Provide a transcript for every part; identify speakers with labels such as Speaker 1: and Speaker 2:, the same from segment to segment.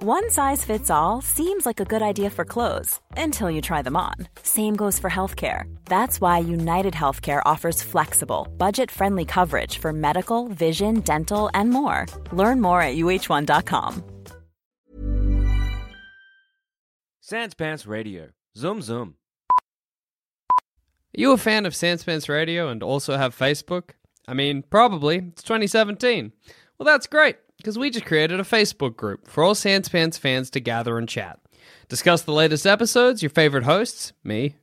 Speaker 1: One size fits all seems like a good idea for clothes until you try them on. Same goes for healthcare. That's why United Healthcare offers flexible, budget friendly coverage for medical, vision, dental, and more. Learn more at uh1.com.
Speaker 2: Sans Pants Radio. Zoom zoom.
Speaker 3: Are you a fan of Sandspence Radio and also have Facebook? I mean, probably. It's 2017. Well, that's great, because we just created a Facebook group for all Sandspence fans to gather and chat. Discuss the latest episodes, your favorite hosts, me,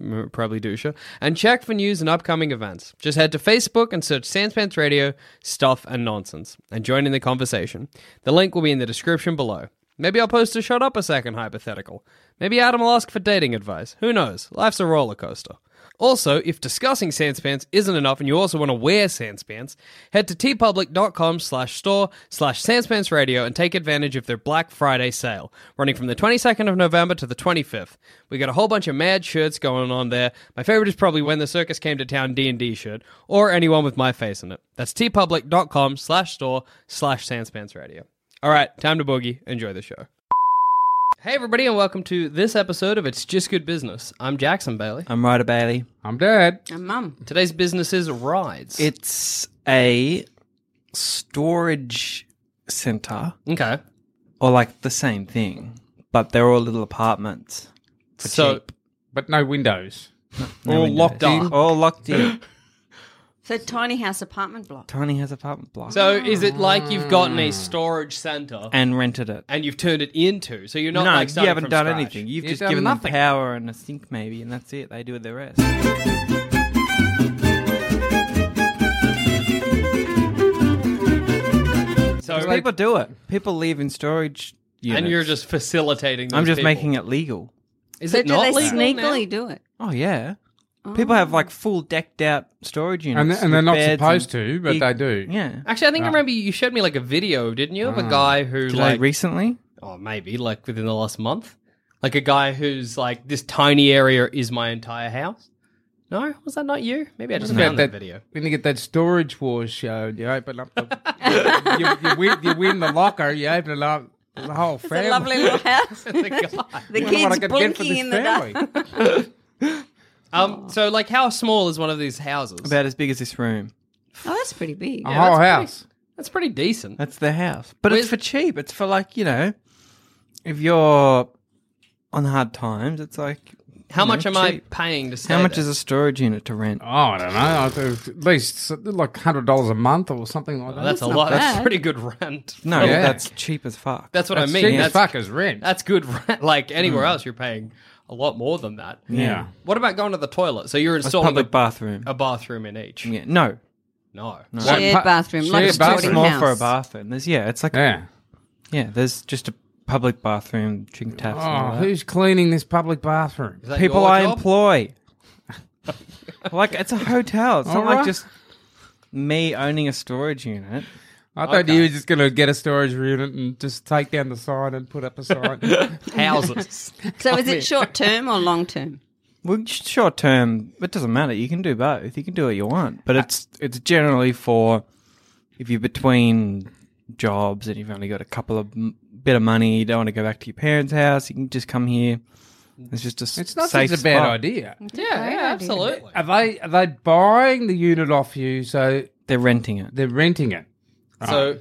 Speaker 3: m- probably Dusha, and check for news and upcoming events. Just head to Facebook and search Sandspence Radio, Stuff and Nonsense, and join in the conversation. The link will be in the description below. Maybe I'll post a shut up a second hypothetical. Maybe Adam will ask for dating advice. Who knows? Life's a roller coaster. Also, if discussing Sanspants isn't enough and you also want to wear Sanspants, head to tpublic.com slash store slash Sanspants Radio and take advantage of their Black Friday sale, running from the 22nd of November to the 25th. We got a whole bunch of mad shirts going on there. My favorite is probably When the Circus Came to Town D&D shirt, or anyone with my face in it. That's tpublic.com slash store slash Sanspants Radio. All right, time to boogie. Enjoy the show. Hey, everybody, and welcome to this episode of It's Just Good Business. I'm Jackson Bailey.
Speaker 4: I'm Ryder Bailey.
Speaker 5: I'm dead.
Speaker 6: And mum.
Speaker 3: Today's business is rides.
Speaker 4: It's a storage center,
Speaker 3: okay.
Speaker 4: or like the same thing, but they're all little apartments.
Speaker 3: So,
Speaker 5: But no windows.
Speaker 4: No
Speaker 5: All
Speaker 4: windows.
Speaker 5: locked in.
Speaker 4: All locked in.
Speaker 6: So tiny house apartment block.
Speaker 4: Tony has apartment block
Speaker 3: so is it like you've gotten a storage center and,
Speaker 4: and rented it.
Speaker 3: you've turned it into? So you're not
Speaker 4: no,
Speaker 3: like
Speaker 4: you
Speaker 3: starting
Speaker 4: haven't
Speaker 3: from
Speaker 4: done
Speaker 3: scratch.
Speaker 4: anything. You've
Speaker 5: You've
Speaker 4: just
Speaker 5: done
Speaker 4: given them
Speaker 5: nothing.
Speaker 4: power and a sink, maybe, and that's it. They do the rest.
Speaker 3: So
Speaker 4: Because people do it. People live in storage units.
Speaker 3: and you're just facilitating. Those
Speaker 4: I'm just
Speaker 3: people.
Speaker 4: making it legal.
Speaker 3: Is
Speaker 6: So
Speaker 3: it
Speaker 6: do
Speaker 3: not
Speaker 6: they
Speaker 3: legal
Speaker 6: sneakily
Speaker 3: now?
Speaker 6: do it?
Speaker 4: Oh yeah. People have like full decked out storage units,
Speaker 5: Oh. And they- and they're
Speaker 4: with
Speaker 5: not
Speaker 4: beds
Speaker 5: supposed
Speaker 4: and
Speaker 5: to, but
Speaker 4: big-
Speaker 5: they do.
Speaker 4: Yeah.
Speaker 3: Actually, I think I remember you showed me like a video, didn't you, of a guy who
Speaker 4: Mm. Did I
Speaker 3: like
Speaker 4: recently?
Speaker 3: oh maybe like within the last month, like a guy who's like this tiny area is my entire house. No, was that not you? Maybe I just
Speaker 5: About
Speaker 3: found that video.
Speaker 5: When you get that storage wars show, you open up the. you, you, win, you win the locker, you open it up, the whole
Speaker 6: It's
Speaker 5: family.
Speaker 6: a lovely little house. the
Speaker 3: The guy.
Speaker 5: Wonder what I
Speaker 6: kids
Speaker 5: could get for
Speaker 6: blinking
Speaker 5: this
Speaker 6: in the
Speaker 5: family.
Speaker 6: dark.
Speaker 3: Um, so like, how small is one of these houses?
Speaker 4: About as big as this room.
Speaker 6: Oh, that's pretty big.
Speaker 5: A whole house.
Speaker 3: That's pretty decent.
Speaker 4: That's the house. But
Speaker 3: Where's-
Speaker 4: it's for cheap. It's for like, you know, if you're on hard times, it's like
Speaker 3: How
Speaker 4: you know,
Speaker 3: much am I
Speaker 4: cheap.
Speaker 3: paying to stay?
Speaker 4: How much
Speaker 3: there?
Speaker 4: is a storage unit to rent?
Speaker 5: Oh, I don't know. I think At least like hundred dollars a month or something like that.
Speaker 3: Well, that's a lot. That's
Speaker 6: bad.
Speaker 3: pretty good rent.
Speaker 4: No,
Speaker 5: yeah.
Speaker 4: that's cheap as fuck. Mm.
Speaker 3: That's what
Speaker 5: That's
Speaker 3: I mean.
Speaker 5: cheap
Speaker 3: that's,
Speaker 5: as fuck as rent.
Speaker 3: that's good rent. Like anywhere else, you're paying a lot more than that.
Speaker 5: yeah.
Speaker 3: What about going to the toilet? So you're
Speaker 4: That's
Speaker 3: installing
Speaker 4: public
Speaker 3: a,
Speaker 4: bathroom.
Speaker 3: a bathroom in each.
Speaker 4: yeah. No.
Speaker 3: No.
Speaker 6: Shared
Speaker 5: What-
Speaker 6: bathroom, like
Speaker 5: shared
Speaker 6: a
Speaker 4: Too
Speaker 6: boarding
Speaker 5: bathroom.
Speaker 4: small
Speaker 6: house.
Speaker 4: for a bathroom. There's yeah, it's like
Speaker 5: Yeah.
Speaker 4: yeah, there's just a public bathroom, drink taps and all
Speaker 5: Oh,
Speaker 4: that.
Speaker 5: who's cleaning this public bathroom?
Speaker 3: Is that
Speaker 4: People
Speaker 3: your
Speaker 4: I
Speaker 3: job?
Speaker 4: employ. like it's a hotel. It's not like
Speaker 5: Alright.
Speaker 4: just me owning a storage unit.
Speaker 5: I thought you were just going to get a storage unit and just take down the sign and put up a sign.
Speaker 3: houses.
Speaker 6: So is it short term or long term?
Speaker 4: Well, sh- short term, it doesn't matter. You can do both. You can do what you want, but it's it's generally for if you're between jobs and you've only got a couple of m- bit of money, you don't want to go back to your parents' house. You can just come here. It's just a s-
Speaker 5: it's not
Speaker 4: safe
Speaker 5: such a bad
Speaker 4: spot.
Speaker 5: idea.
Speaker 3: yeah, yeah, absolutely.
Speaker 5: Are they are they buying the unit off you? So
Speaker 4: They're renting it.
Speaker 5: they're renting it.
Speaker 3: So.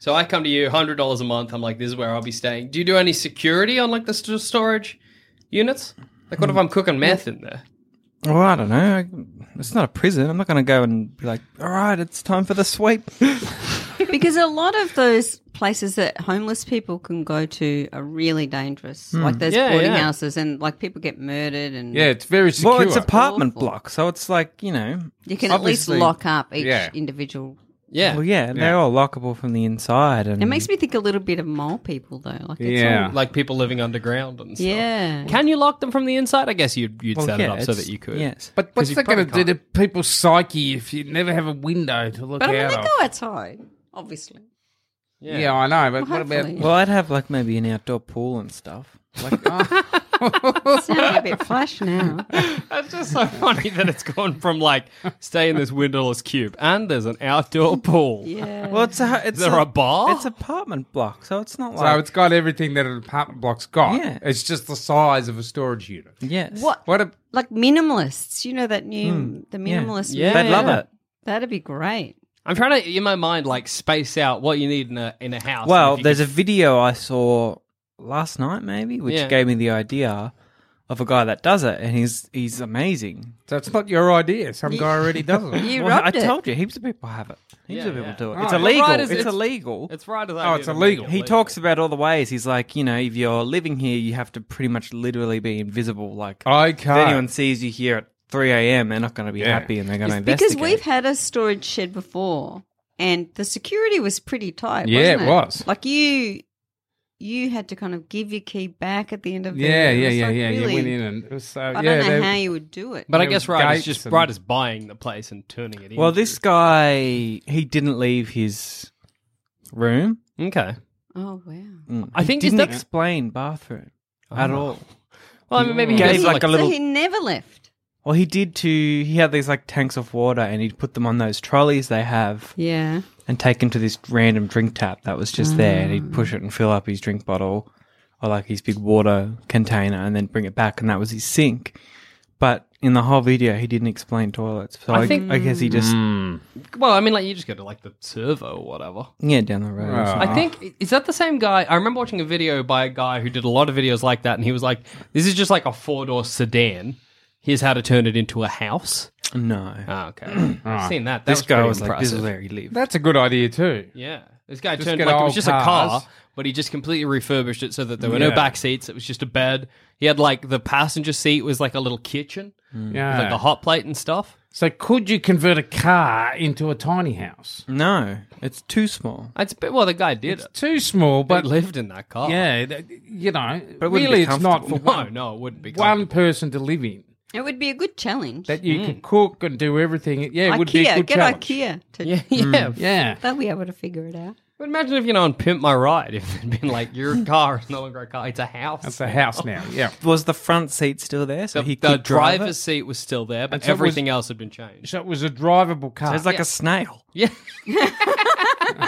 Speaker 3: So I come to you, hundred dollars a month. I'm like, this is where I'll be staying. Do you do any security on like the st- storage units? Like, what if I'm cooking meth in there?
Speaker 4: Mm. Well, I don't know. I- It's not a prison. I'm not going to go and be like, all right, it's time for the sweep.
Speaker 6: Because a lot of those places that homeless people can go to are really dangerous. Like those
Speaker 3: Yeah,
Speaker 6: boarding
Speaker 3: yeah.
Speaker 6: houses and like people get murdered and
Speaker 5: Hmm. Yeah, it's very secure.
Speaker 4: well, it's apartment
Speaker 6: Awful.
Speaker 4: block, so it's like you know,
Speaker 6: you can at least
Speaker 5: obviously-
Speaker 6: lock up each
Speaker 5: Yeah.
Speaker 6: individual
Speaker 3: Yeah.
Speaker 4: Well, yeah, and they're all lockable from the inside, and
Speaker 6: It makes me think a little bit of mole people though. Like it's
Speaker 5: Hmm. Yeah.
Speaker 6: all,
Speaker 3: Like people living underground and stuff.
Speaker 6: yeah.
Speaker 3: Can you lock them from the inside? I guess you'd, you'd
Speaker 4: Well,
Speaker 3: set
Speaker 4: yeah,
Speaker 3: it up so
Speaker 4: it's-
Speaker 3: that you could.
Speaker 4: Yes,
Speaker 5: But what's
Speaker 3: you
Speaker 5: that going to do
Speaker 3: probably
Speaker 5: to people's psyche if you never have a window to look
Speaker 6: But I mean,
Speaker 5: out
Speaker 6: they
Speaker 5: of?
Speaker 6: go outside, obviously.
Speaker 5: yeah. I know. But
Speaker 6: Well,
Speaker 5: what about?
Speaker 6: hopefully.
Speaker 4: well, I'd have like maybe an outdoor pool and stuff. Like,
Speaker 6: Sounding a bit flash now.
Speaker 3: That's just so funny that it's gone from like stay in this windowless cube and there's an outdoor pool.
Speaker 6: Yeah.
Speaker 4: well, it's a it's
Speaker 3: Is there a, bar?
Speaker 4: It's apartment block, so it's not
Speaker 5: So
Speaker 4: like
Speaker 5: it's got everything that an apartment block's got.
Speaker 4: Yeah.
Speaker 5: It's just the size of a storage unit.
Speaker 4: yes.
Speaker 6: What?
Speaker 5: What a
Speaker 6: Like minimalists, you know that new
Speaker 5: Hmm.
Speaker 6: the minimalist.
Speaker 3: Yeah.
Speaker 4: They'd love it.
Speaker 6: That'd be great.
Speaker 3: I'm trying to in my mind like space out what you need in a in a house.
Speaker 4: Well,
Speaker 3: And if you
Speaker 4: there's
Speaker 3: could-
Speaker 4: a video I saw last night, maybe, which
Speaker 3: Yeah.
Speaker 4: gave me the idea of a guy that does it, and he's he's amazing.
Speaker 5: So it's not your idea. Some guy already does it.
Speaker 6: You
Speaker 4: Well, I
Speaker 6: robbed it.
Speaker 4: told you, heaps of people have it. Heaps
Speaker 3: Yeah,
Speaker 4: of people
Speaker 3: yeah.
Speaker 4: do it.
Speaker 5: Oh,
Speaker 4: it's
Speaker 5: you're
Speaker 4: illegal.
Speaker 3: right,
Speaker 4: it's,
Speaker 3: it's- it's-
Speaker 4: illegal.
Speaker 3: It's right as
Speaker 5: Oh, it's illegal.
Speaker 4: he talks about all the ways. He's like, you know, if you're living here, you have to pretty much literally be invisible. Like, if
Speaker 5: Okay.
Speaker 4: anyone sees you here at 3 a.m., they're not going to be
Speaker 5: Yeah.
Speaker 4: happy and they're going to investigate.
Speaker 6: Because we've had a storage shed before, and the security was pretty tight.
Speaker 5: Yeah,
Speaker 6: wasn't
Speaker 5: it was.
Speaker 6: Like you, you had to kind of give your key back at the end of the
Speaker 5: Yeah,
Speaker 6: it
Speaker 5: yeah,
Speaker 6: was
Speaker 5: yeah,
Speaker 6: like
Speaker 5: yeah.
Speaker 6: really-
Speaker 5: You went in and it was so.
Speaker 6: I
Speaker 5: yeah,
Speaker 6: don't know
Speaker 5: they-
Speaker 6: how you would do it.
Speaker 3: But I
Speaker 5: There
Speaker 3: guess
Speaker 5: was
Speaker 3: right is
Speaker 5: gates
Speaker 3: just
Speaker 5: and-
Speaker 3: right as buying the place and turning it in.
Speaker 4: Well, this guy, he didn't leave his room.
Speaker 3: okay.
Speaker 6: oh wow.
Speaker 3: I think is
Speaker 4: Didn't
Speaker 3: that
Speaker 4: explain bathroom at
Speaker 3: Oh.
Speaker 4: all.
Speaker 3: well, I mean, maybe he
Speaker 4: Gave
Speaker 3: gave
Speaker 4: like
Speaker 3: like
Speaker 4: a little-
Speaker 6: So he never left.
Speaker 4: Well, he did to. He had these like tanks of water, and he'd put them on those trolleys they have,
Speaker 6: Yeah.
Speaker 4: and take them to this random drink tap that was just there, and he'd push it and fill up his drink bottle, or like his big water container, and then bring it back, and that was his sink. But in the whole video, he didn't explain toilets, so
Speaker 3: I
Speaker 4: I,
Speaker 3: think-
Speaker 4: I guess he just
Speaker 3: well, I mean, like you just go to like the server or whatever.
Speaker 4: yeah down the road. or
Speaker 5: Right.
Speaker 4: something.
Speaker 3: I think is that the same guy? I remember watching a video by a guy who did a lot of videos like that, and he was like, "This is just like a four door sedan. Here's how to turn it into a house."
Speaker 4: no,
Speaker 3: Ah, okay, I've seen that. that
Speaker 4: this
Speaker 3: was
Speaker 4: guy
Speaker 3: pretty
Speaker 4: was like, "This is
Speaker 3: impressive.
Speaker 4: where he lived."
Speaker 5: That's a good idea too.
Speaker 3: yeah, this guy
Speaker 5: Just
Speaker 3: turned
Speaker 5: get
Speaker 3: like it was
Speaker 5: old
Speaker 3: just a
Speaker 5: cars.
Speaker 3: car, but he just completely refurbished it so that there were no
Speaker 5: Yeah.
Speaker 3: back seats. It was just a bed. He had like the passenger seat was like a little kitchen,
Speaker 5: Mm. Yeah.
Speaker 3: like a hot plate and stuff.
Speaker 5: so could you convert a car into a tiny house?
Speaker 4: No, it's too small.
Speaker 3: It's a bit, well, the guy did
Speaker 5: It's
Speaker 3: it.
Speaker 5: too small,
Speaker 3: But
Speaker 5: but
Speaker 3: lived in that car.
Speaker 5: yeah, th- you know,
Speaker 4: But it wouldn't be
Speaker 5: really, it's not for
Speaker 4: comfortable.
Speaker 3: No,
Speaker 5: one,
Speaker 3: no, it wouldn't be.
Speaker 5: one
Speaker 3: comfortable.
Speaker 5: person to live in.
Speaker 6: It would be a good challenge.
Speaker 5: That you could cook and do everything. Yeah, it would be a
Speaker 6: IKEA,
Speaker 5: good
Speaker 6: get
Speaker 5: challenge.
Speaker 6: IKEA to
Speaker 3: Yeah,
Speaker 5: Mm.
Speaker 3: yeah,
Speaker 5: Yeah.
Speaker 6: they'll be able to figure it out.
Speaker 3: But imagine if you know and pimp my ride, if it'd been like your car is no longer a car, it's a house.
Speaker 5: That's a house now. Yeah.
Speaker 4: Was the front seat still there? So
Speaker 3: The,
Speaker 4: he
Speaker 3: the
Speaker 4: could drive
Speaker 3: driver's
Speaker 4: it?
Speaker 3: seat was still there, but
Speaker 5: And so was-
Speaker 3: everything else had been changed.
Speaker 5: So it was a drivable car.
Speaker 4: It's like a snail.
Speaker 3: Yeah,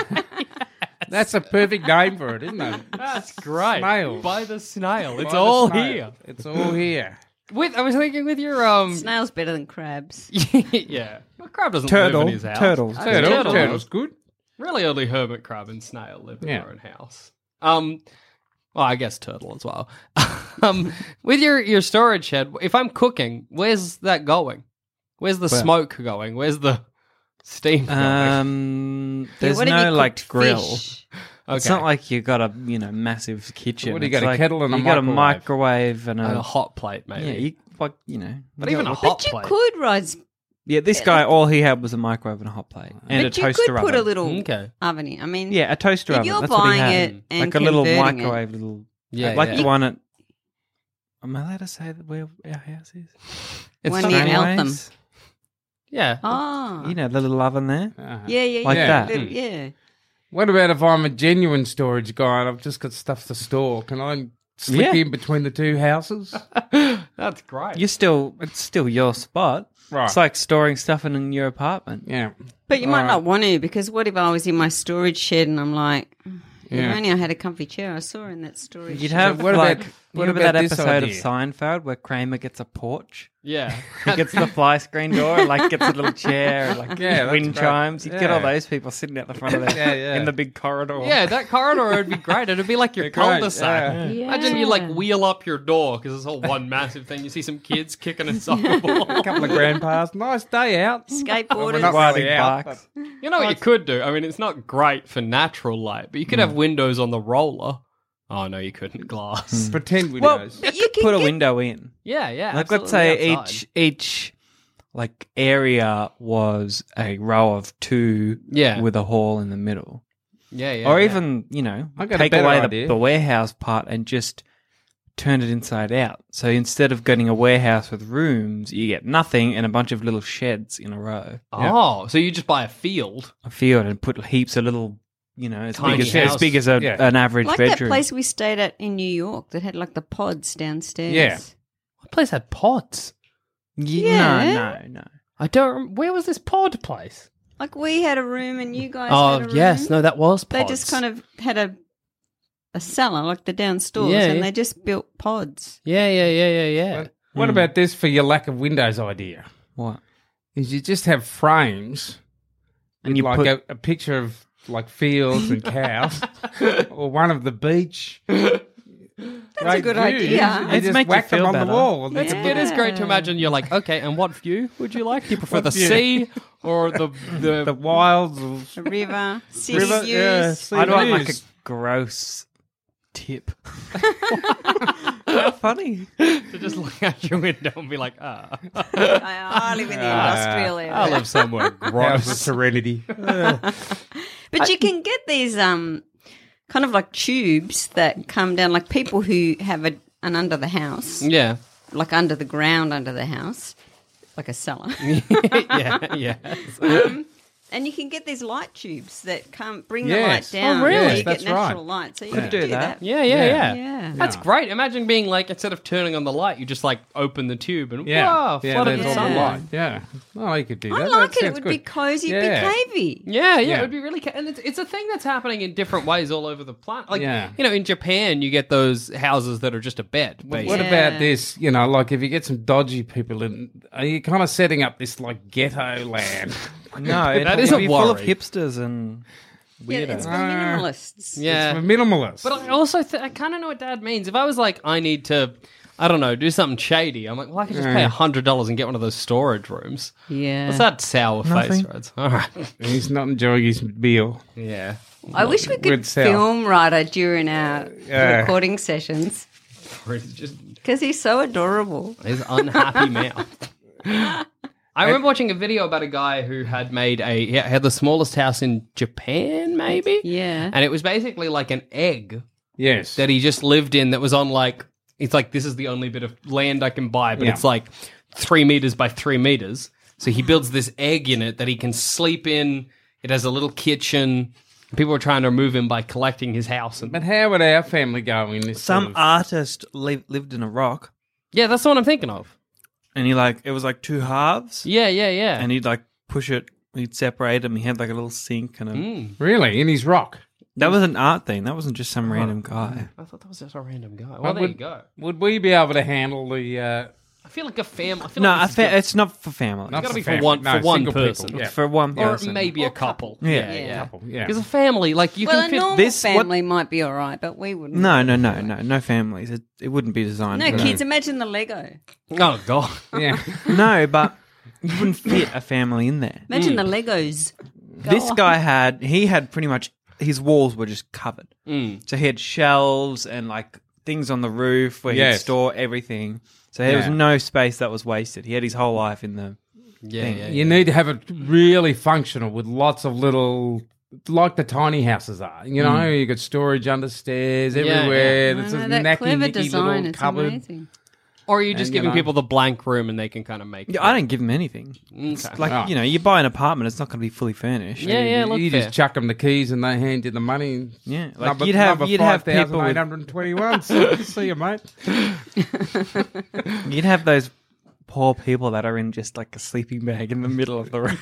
Speaker 5: That's a perfect name for it, isn't it?
Speaker 3: that's great.
Speaker 5: Snails.
Speaker 3: By the snail,
Speaker 5: By
Speaker 3: it's
Speaker 5: the
Speaker 3: all
Speaker 5: snail.
Speaker 3: here.
Speaker 5: It's all here.
Speaker 3: With I was thinking with your um,
Speaker 6: Snail's better than crabs.
Speaker 3: yeah, well, crab doesn't live
Speaker 4: Turtle,
Speaker 3: in his house.
Speaker 4: turtle.
Speaker 5: Turtle,
Speaker 3: Turtle.
Speaker 5: turtle's good.
Speaker 3: Really, only hermit crab and snail live in
Speaker 5: Yeah.
Speaker 3: their own house. Um, well, I guess turtle as well. um, with your your storage shed, if I'm cooking, where's that going? Where's the smoke going? Where's the steam? going?
Speaker 4: Um,
Speaker 6: Yeah,
Speaker 4: there's
Speaker 6: what if you
Speaker 4: no
Speaker 6: cooked
Speaker 4: like grill.
Speaker 6: fish?
Speaker 4: It's not like you got a you know massive kitchen.
Speaker 5: What do you
Speaker 4: It's
Speaker 5: got, a
Speaker 4: like
Speaker 5: kettle and a
Speaker 4: you got a
Speaker 5: microwave?
Speaker 4: microwave and
Speaker 3: And a
Speaker 4: a,
Speaker 3: hot plate, maybe.
Speaker 4: yeah. You, like you know,
Speaker 3: but
Speaker 4: you
Speaker 3: even
Speaker 4: got-
Speaker 3: a hot
Speaker 6: But you
Speaker 3: plate.
Speaker 6: could rise
Speaker 4: yeah. This guy, all he had was a microwave and a hot plate and
Speaker 6: but
Speaker 4: a
Speaker 6: you
Speaker 4: toaster
Speaker 6: could
Speaker 4: oven.
Speaker 6: put a little
Speaker 3: Okay.
Speaker 6: oven in. I mean,
Speaker 4: yeah, a toaster
Speaker 6: if
Speaker 4: oven.
Speaker 6: you're
Speaker 4: That's what he
Speaker 6: buying
Speaker 4: had.
Speaker 6: it and
Speaker 4: like a little
Speaker 6: converting it-
Speaker 4: microwave, little
Speaker 3: Yeah,
Speaker 4: like
Speaker 3: yeah.
Speaker 4: the one at. Am I allowed to say that where our house is?
Speaker 3: It's
Speaker 6: One
Speaker 3: not-
Speaker 6: near
Speaker 4: Anyways,
Speaker 6: Eltham.
Speaker 3: Yeah.
Speaker 6: Oh,
Speaker 4: You know the little oven there.
Speaker 6: yeah, yeah,
Speaker 4: like
Speaker 6: yeah.
Speaker 4: that.
Speaker 6: Little- yeah.
Speaker 5: Uh-huh. What about if I'm a genuine storage guy and I've just got stuff to store? Can I slip
Speaker 4: Yeah.
Speaker 5: in between the two houses?
Speaker 3: That's great.
Speaker 4: You're still it's still your spot.
Speaker 5: Right.
Speaker 4: It's like storing stuff in, in your apartment.
Speaker 5: yeah.
Speaker 6: But you might not want to because what if I was in my storage shed and I'm like, "Mm,
Speaker 5: Yeah.
Speaker 6: if only I had a comfy chair. I saw in that storage.
Speaker 4: You'd
Speaker 6: shed.
Speaker 4: have
Speaker 5: what
Speaker 4: like
Speaker 5: about- what
Speaker 4: remember
Speaker 5: about
Speaker 4: that
Speaker 5: this
Speaker 4: episode
Speaker 5: idea?
Speaker 4: of Seinfeld where Kramer gets a porch?
Speaker 3: yeah.
Speaker 4: He gets the fly screen door and like gets a little chair and like
Speaker 5: Yeah, that's
Speaker 4: wind
Speaker 5: right.
Speaker 4: chimes. You'd get all
Speaker 5: Yeah.
Speaker 4: those people sitting out the front of that
Speaker 5: Yeah, yeah.
Speaker 4: in the big corridor.
Speaker 3: yeah, that corridor would be great. It'd be like your
Speaker 5: great,
Speaker 3: cul-de-sac.
Speaker 5: yeah.
Speaker 3: Imagine you like wheel up your door because it's all one massive thing. You see some kids kicking a soccer ball.
Speaker 5: A couple of grandpas. Nice day out.
Speaker 6: skateboarders.
Speaker 5: not
Speaker 4: Riding
Speaker 5: really out,
Speaker 4: bikes.
Speaker 3: You know what you could do? I mean, it's not great for natural light, but you could have windows on the roller. Oh no, you couldn't glass.
Speaker 5: Pretend we
Speaker 4: Well,
Speaker 5: know.
Speaker 4: you could put a window in.
Speaker 3: Yeah, yeah.
Speaker 4: Like let's
Speaker 3: absolutely
Speaker 4: say
Speaker 3: outside.
Speaker 4: each each like area was a row of two
Speaker 3: Yeah.
Speaker 4: with a hall in the middle.
Speaker 3: Yeah, yeah.
Speaker 4: or
Speaker 3: yeah.
Speaker 4: even, you know,
Speaker 5: I got a
Speaker 4: take
Speaker 5: better
Speaker 4: away the,
Speaker 5: idea.
Speaker 4: the warehouse part and just turn it inside out. So instead of getting a warehouse with rooms, you get nothing and a bunch of little sheds in a row.
Speaker 3: Oh, so you just buy a field.
Speaker 4: A field and put heaps of little, you know, as,
Speaker 3: Tiny
Speaker 4: big as, as
Speaker 3: house.
Speaker 4: big as a,
Speaker 5: Yeah.
Speaker 4: an average
Speaker 6: Like that
Speaker 4: bedroom.
Speaker 6: place we stayed at in New York that had like the pods downstairs.
Speaker 5: Yeah.
Speaker 3: What place had pods?
Speaker 4: Ye-
Speaker 6: Yeah.
Speaker 4: No, no, no.
Speaker 3: I don't. rem- Where was this pod place?
Speaker 6: Like we had a room and you guys
Speaker 3: Oh
Speaker 6: had a room.
Speaker 3: yes, no, that was.
Speaker 6: They
Speaker 3: Pods.
Speaker 6: just kind of had a a cellar, like the downstairs,
Speaker 3: Yeah,
Speaker 6: and
Speaker 3: yeah.
Speaker 6: they just built pods.
Speaker 3: Yeah, yeah, yeah, yeah, yeah.
Speaker 5: What about this for your lack of windows idea?
Speaker 4: What?
Speaker 5: Is you just have frames
Speaker 4: And
Speaker 5: with
Speaker 4: you
Speaker 5: like
Speaker 4: put-
Speaker 5: a, a picture of like fields and cows, or one of the beach. That's
Speaker 6: a good idea.
Speaker 4: It's
Speaker 5: just
Speaker 4: make you
Speaker 5: whack them
Speaker 4: feel
Speaker 5: on
Speaker 4: better.
Speaker 5: the wall.
Speaker 6: That's
Speaker 5: That's-
Speaker 6: a
Speaker 3: It is great to
Speaker 6: Yeah.
Speaker 3: imagine. You're like, okay, and what view would you like? Do you prefer the
Speaker 5: view?
Speaker 3: sea or the the?
Speaker 5: The wilds, of
Speaker 6: A river, city
Speaker 5: river,
Speaker 6: views.
Speaker 5: yeah, sea
Speaker 4: I'd want like a
Speaker 5: views.
Speaker 4: gross tip. How funny.
Speaker 3: to just look out your window and be like, ah,
Speaker 6: I, I live in the
Speaker 5: Ah.
Speaker 6: industrial area.
Speaker 3: I live somewhere
Speaker 5: House of
Speaker 3: gross.
Speaker 5: serenity.
Speaker 6: But you can get these um kind of like tubes that come down like people who have a, an under the house,
Speaker 3: yeah,
Speaker 6: like under the ground under the house, like a cellar. Um,
Speaker 3: yeah, yeah.
Speaker 6: and you can get these light tubes that come bring
Speaker 5: Yes.
Speaker 6: the
Speaker 5: Oh,
Speaker 6: light down.
Speaker 3: really?
Speaker 6: So you
Speaker 5: That's
Speaker 6: get natural
Speaker 5: right.
Speaker 6: light. So you can
Speaker 4: do
Speaker 6: do,
Speaker 4: that.
Speaker 6: that.
Speaker 3: Yeah, yeah, yeah,
Speaker 5: Yeah.
Speaker 6: Yeah.
Speaker 3: That's great. Imagine being like instead of turning on the light, you just like open the tube and
Speaker 5: Yeah,
Speaker 4: Oh,
Speaker 3: wow,
Speaker 5: yeah,
Speaker 3: flooded with
Speaker 5: there's all the
Speaker 6: sun.
Speaker 3: sunlight.
Speaker 5: light. Yeah, well, you could do that.
Speaker 6: I
Speaker 5: That
Speaker 6: like it. It
Speaker 5: sounds
Speaker 6: would
Speaker 5: good.
Speaker 6: be cozy, it'd
Speaker 5: Yeah.
Speaker 6: be cavey.
Speaker 3: Yeah, yeah,
Speaker 5: Yeah.
Speaker 3: it would be really, ca- and it's, it's a thing that's happening in different ways all over the planet. Like,
Speaker 5: Yeah.
Speaker 3: you know, in Japan, you get those houses that are just a bed.
Speaker 5: What
Speaker 3: Basically.
Speaker 5: about this? You know, like if you get some dodgy people in, are you kind of setting up this like ghetto land?
Speaker 4: No, it,
Speaker 3: That
Speaker 4: that
Speaker 3: is
Speaker 4: is
Speaker 3: a
Speaker 4: be full of
Speaker 3: worry.
Speaker 4: hipsters and
Speaker 6: Yeah,
Speaker 4: weirdos.
Speaker 6: it's for
Speaker 5: Ah.
Speaker 6: minimalists.
Speaker 3: Yeah,
Speaker 5: It's for minimalists.
Speaker 3: But I also th- I kind of know what dad means. If I was like, I need to, I don't know, do something shady, I'm like, well, I could just pay hundred dollars and get one of those storage rooms.
Speaker 6: Yeah.
Speaker 3: What's that sour face,
Speaker 4: Nothing.
Speaker 3: Rhodes? All right.
Speaker 5: He's not enjoying his meal.
Speaker 3: Yeah.
Speaker 6: I wish we could
Speaker 5: Weird South.
Speaker 6: film Ryder during our
Speaker 5: Yeah.
Speaker 6: recording sessions
Speaker 3: He's just
Speaker 6: because he's so adorable.
Speaker 3: his unhappy mouth. I remember watching a video about a guy who had made a he had the smallest house in Japan, maybe.
Speaker 6: Yeah.
Speaker 3: And it was basically like an egg
Speaker 5: Yes.
Speaker 3: that he just lived in that was on like it's like this is the only bit of land I can buy, but
Speaker 5: Yeah.
Speaker 3: it's like three meters by three meters. So he builds this egg in it that he can sleep in. It has a little kitchen. People are trying to remove him by collecting his house. And
Speaker 5: but how would our family go in this?
Speaker 4: Some
Speaker 5: sort of-
Speaker 4: artist li- lived in a rock
Speaker 3: yeah, that's the one I'm thinking of.
Speaker 4: and he like it was like two halves
Speaker 3: Yeah, yeah, yeah.
Speaker 4: and he'd like push it he'd separate them he had like a little sink and a,
Speaker 3: Mm.
Speaker 5: really in his rock.
Speaker 4: that was an art thing that wasn't just some random guy
Speaker 3: I thought that was just a random guy. Well,
Speaker 5: But
Speaker 3: there
Speaker 5: would,
Speaker 3: you go.
Speaker 5: Would we be able to handle the? Uh,
Speaker 3: I feel like a family. I feel
Speaker 4: no
Speaker 3: like
Speaker 4: I
Speaker 3: this is
Speaker 4: fe-
Speaker 3: good.
Speaker 4: it's not for family
Speaker 5: not
Speaker 3: gotta be for
Speaker 5: family.
Speaker 3: one- for one
Speaker 5: single
Speaker 3: person.
Speaker 5: People. Yeah.
Speaker 4: for one
Speaker 3: or
Speaker 4: person
Speaker 3: maybe a couple.
Speaker 4: Yeah.
Speaker 3: yeah. yeah.
Speaker 5: Couple, yeah.
Speaker 3: Oh, Because a family, like you
Speaker 6: Well,
Speaker 3: can
Speaker 6: a
Speaker 3: fit.
Speaker 6: normal
Speaker 4: this- what-
Speaker 6: family might be all right, but we wouldn't.
Speaker 4: no no no no no families it, it wouldn't be designed
Speaker 6: No
Speaker 4: for
Speaker 6: kids, imagine the Lego.
Speaker 3: oh god.
Speaker 5: yeah.
Speaker 4: that. no but you wouldn't fit a family in there
Speaker 6: Imagine
Speaker 5: Hmm.
Speaker 6: the Legos.
Speaker 4: this guy had he had pretty much his walls were just covered
Speaker 5: Mm.
Speaker 4: so he had shelves and like things on the roof where he'd
Speaker 5: Yes.
Speaker 4: store everything so there was
Speaker 5: Yeah.
Speaker 4: no space that was wasted he had his whole life in the
Speaker 3: Yeah, yeah,
Speaker 5: You need to have it really functional with lots of little, like the tiny houses are. You know,
Speaker 3: Hmm.
Speaker 5: you got storage under stairs everywhere. There's a
Speaker 6: Ah, that
Speaker 5: knacky,
Speaker 6: clever
Speaker 5: nicky
Speaker 6: design.
Speaker 5: little
Speaker 6: It's
Speaker 5: cupboard.
Speaker 6: amazing.
Speaker 3: Or are you just
Speaker 5: And, you
Speaker 3: giving
Speaker 5: know.
Speaker 3: people the blank room and they can kind of make?
Speaker 4: Yeah, I don't give him anything. It's like
Speaker 5: Ah.
Speaker 4: you know, you buy an apartment, it's not going to be fully furnished.
Speaker 3: Yeah, yeah,
Speaker 5: you,
Speaker 3: look
Speaker 5: you
Speaker 3: fair.
Speaker 5: just chuck them the keys and they hand you the money.
Speaker 4: Yeah, like you'd have- you'd have people with-
Speaker 5: 5,821. So, see you, mate.
Speaker 4: You'd have those poor people that are in just like a sleeping bag in the middle of the room.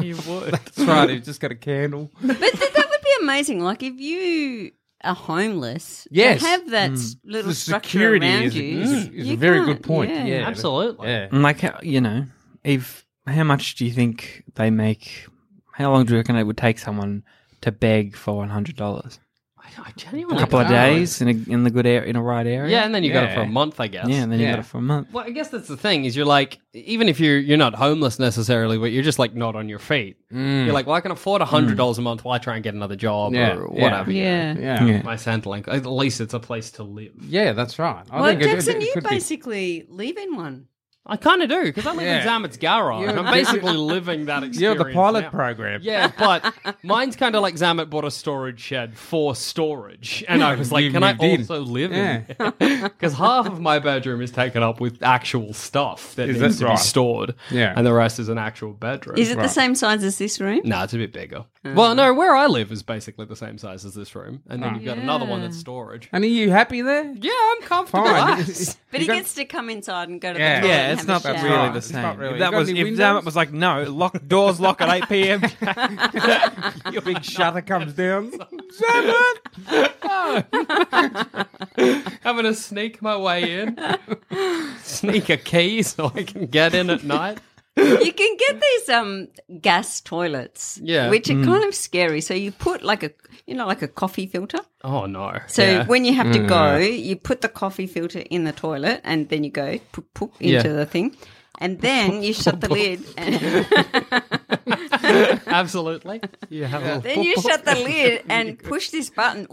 Speaker 4: you would.
Speaker 5: That's right. You've just got a candle.
Speaker 6: But th- that would be amazing. Like if you are homeless, to
Speaker 5: Yes. Hmm.
Speaker 6: have that s- little
Speaker 5: The
Speaker 6: structure
Speaker 5: security
Speaker 6: around
Speaker 5: is,
Speaker 6: you.
Speaker 5: is, is a
Speaker 6: you
Speaker 5: very good
Speaker 6: can't,
Speaker 5: point.
Speaker 6: yeah.
Speaker 5: Yeah,
Speaker 3: Absolutely.
Speaker 5: Yeah.
Speaker 4: And like how- you know, if how much do you think they make? How long do you reckon it would take someone to beg for one hundred dollars?
Speaker 3: I, I
Speaker 4: A
Speaker 3: genuinely
Speaker 4: couple of
Speaker 3: don't know.
Speaker 4: days in a, in the good air in a right area.
Speaker 3: Yeah, and then you got it
Speaker 5: Yeah.
Speaker 3: for a month, I guess.
Speaker 4: yeah, and then you
Speaker 5: Yeah.
Speaker 4: got it for a month.
Speaker 3: Well, I guess that's the thing is you're like even if you're you're not homeless necessarily, but you're just like not on your feet. You're like, well, I can afford hundred dollars a month. Why try and get another job
Speaker 5: Yeah,
Speaker 3: or
Speaker 5: yeah.
Speaker 3: whatever? you know?
Speaker 6: Yeah.
Speaker 5: Yeah. yeah.
Speaker 4: Yeah.
Speaker 3: My Centrelink. At least it's a place to live.
Speaker 5: that's right. I
Speaker 6: Well,
Speaker 5: think it- it-
Speaker 6: Jackson,
Speaker 5: it
Speaker 6: you
Speaker 5: could be-
Speaker 6: basically live in one.
Speaker 3: I kind of do because I live in Zametgara and I'm basically living that experience.
Speaker 5: You're the pilot
Speaker 3: now.
Speaker 5: program.
Speaker 3: Yeah, but mine's kind of like Zamet bought a storage shed for storage, and I was like,
Speaker 5: You
Speaker 3: "Can I
Speaker 5: moved in.
Speaker 3: also live in?" Because half of my bedroom is taken up with actual stuff that
Speaker 5: Is
Speaker 3: needs
Speaker 5: that
Speaker 3: to be
Speaker 5: right?
Speaker 3: stored,
Speaker 5: Yeah.
Speaker 3: and the rest is Uh. an actual bedroom.
Speaker 6: Is it the same size as this room?
Speaker 3: No, it's a bit bigger. Well, no, where I live is basically the same size as this room, and then you've got another one that's storage.
Speaker 5: And are you happy there?
Speaker 3: Oh, Yeah, I'm comfortable.
Speaker 5: Fine.
Speaker 3: Nice.
Speaker 6: But he gets to come inside and go to
Speaker 5: Yeah.
Speaker 6: the toilet
Speaker 4: Yeah,
Speaker 6: and
Speaker 4: it's
Speaker 6: have
Speaker 4: not
Speaker 6: a
Speaker 4: that
Speaker 6: shower.
Speaker 4: really the
Speaker 5: It's
Speaker 4: same.
Speaker 5: not really.
Speaker 4: If that
Speaker 5: Got
Speaker 4: was
Speaker 5: any
Speaker 4: if
Speaker 5: windows?
Speaker 4: Zamet was like, no, lock doors lock at eight p.m.
Speaker 5: Your big shutter comes down.
Speaker 3: Having to sneak my way in, sneak a key so I can get in at night.
Speaker 6: you can get these um gas toilets,
Speaker 3: Yeah.
Speaker 6: which are kind of scary. So you put like a you know like a coffee filter.
Speaker 3: Oh no!
Speaker 6: So
Speaker 3: Yeah.
Speaker 6: when you have to go, you put the coffee filter in the toilet, and then you go poop, poop into
Speaker 3: Yeah.
Speaker 6: the thing, and then you shut the lid. And
Speaker 3: Absolutely. You have a
Speaker 6: then you shut the lid and push this button.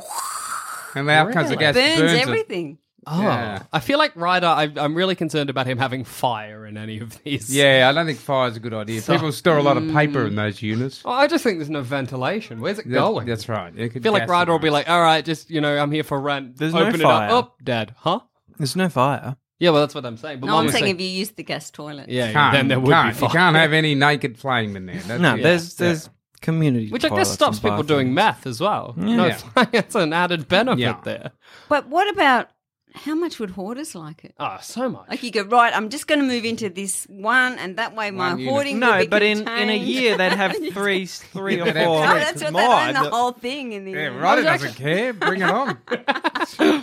Speaker 5: And out comes the gas.
Speaker 6: burns,
Speaker 5: it.
Speaker 6: everything.
Speaker 3: Oh, I feel like Ryder. I, I'm really concerned about him having fire in any of these.
Speaker 5: Yeah, I don't think fire's a good idea.
Speaker 3: So-
Speaker 5: People store a lot of paper in those units.
Speaker 3: Oh, I just think there's no ventilation. Where's it
Speaker 5: That's-
Speaker 3: going?
Speaker 5: That's right. I
Speaker 3: I feel like Ryder will be like, "All right, just you know, I'm here for rent.
Speaker 4: There's no
Speaker 3: Open it
Speaker 4: fire.
Speaker 3: up. Oh, Dad, huh?
Speaker 4: There's no fire.
Speaker 3: Yeah, well, that's what I'm saying. But
Speaker 6: No,
Speaker 3: Mum
Speaker 6: I'm
Speaker 3: was
Speaker 6: saying if you use the gas toilet.
Speaker 3: yeah, yeah,
Speaker 5: can't,
Speaker 3: then there would
Speaker 5: can't,
Speaker 3: be
Speaker 5: You
Speaker 3: fire.
Speaker 5: can't have any naked flame in there. That's
Speaker 4: No,
Speaker 5: it.
Speaker 4: there's there's community.
Speaker 3: Which I
Speaker 4: toilets
Speaker 3: guess stops
Speaker 4: and
Speaker 3: people doing
Speaker 4: bathrooms.
Speaker 3: meth as well. No,
Speaker 5: Yeah.
Speaker 3: fire, it's an added benefit
Speaker 5: Yeah.
Speaker 3: there.
Speaker 6: But what about how much would hoarders like it?
Speaker 3: Ah, so much.
Speaker 6: Like you go right. I'm just going to move into this one, and that way my
Speaker 5: One unit.
Speaker 6: hoarding. will
Speaker 4: No,
Speaker 6: be
Speaker 4: but in, in a
Speaker 6: contained.
Speaker 4: year they'd have three, three or
Speaker 5: They'd have
Speaker 4: four
Speaker 6: No, that's what they own the
Speaker 4: more.
Speaker 6: whole thing in the
Speaker 5: Yeah,
Speaker 6: end.
Speaker 5: Ryder doesn't care. Bring it on.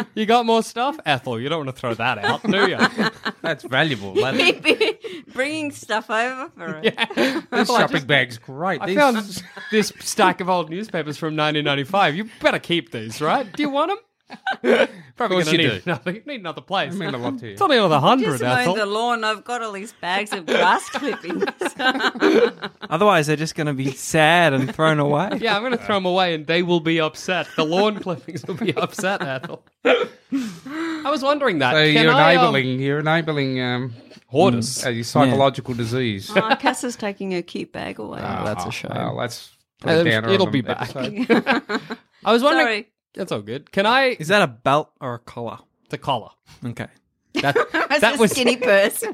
Speaker 3: you got more stuff, Ethel. You don't want to throw that out, do you?
Speaker 5: That's valuable. That
Speaker 6: He'd be bringing stuff over for it.
Speaker 5: this shopping bag's great.
Speaker 3: I
Speaker 5: These-
Speaker 3: found this stack of old newspapers from 1995. You better keep these, right? Do you want them? Probably
Speaker 5: Of course
Speaker 3: gonna
Speaker 5: you
Speaker 3: need,
Speaker 5: do.
Speaker 3: another, need another place.
Speaker 5: They mean a lot to you.
Speaker 3: It's only another hundred,
Speaker 6: Just mowing the
Speaker 3: Ethel.
Speaker 6: lawn. I've got all these bags of grass clippings.
Speaker 4: Otherwise, they're just going to be sad and thrown away.
Speaker 3: Yeah, I'm going to throw them away, and they will be upset. The lawn clippings will be upset, Ethel. I was wondering that.
Speaker 5: So
Speaker 3: Can
Speaker 5: you're
Speaker 3: I, um, Mm.
Speaker 5: enabling, you're enabling um,
Speaker 3: hoarders.
Speaker 5: a psychological disease.
Speaker 6: oh, Cass is taking her cute bag away.
Speaker 4: Ah,
Speaker 3: that's a shame.
Speaker 5: Well, that's put a
Speaker 3: Um,
Speaker 5: downer
Speaker 3: it'll
Speaker 5: on
Speaker 3: be
Speaker 5: them
Speaker 3: back.
Speaker 5: episode.
Speaker 3: I was wondering.
Speaker 6: Sorry.
Speaker 3: That's all good. Can I?
Speaker 4: Is that a belt or a collar?
Speaker 3: The collar.
Speaker 4: Okay.
Speaker 3: That,
Speaker 6: As
Speaker 3: that
Speaker 6: a
Speaker 3: was
Speaker 6: skinny person.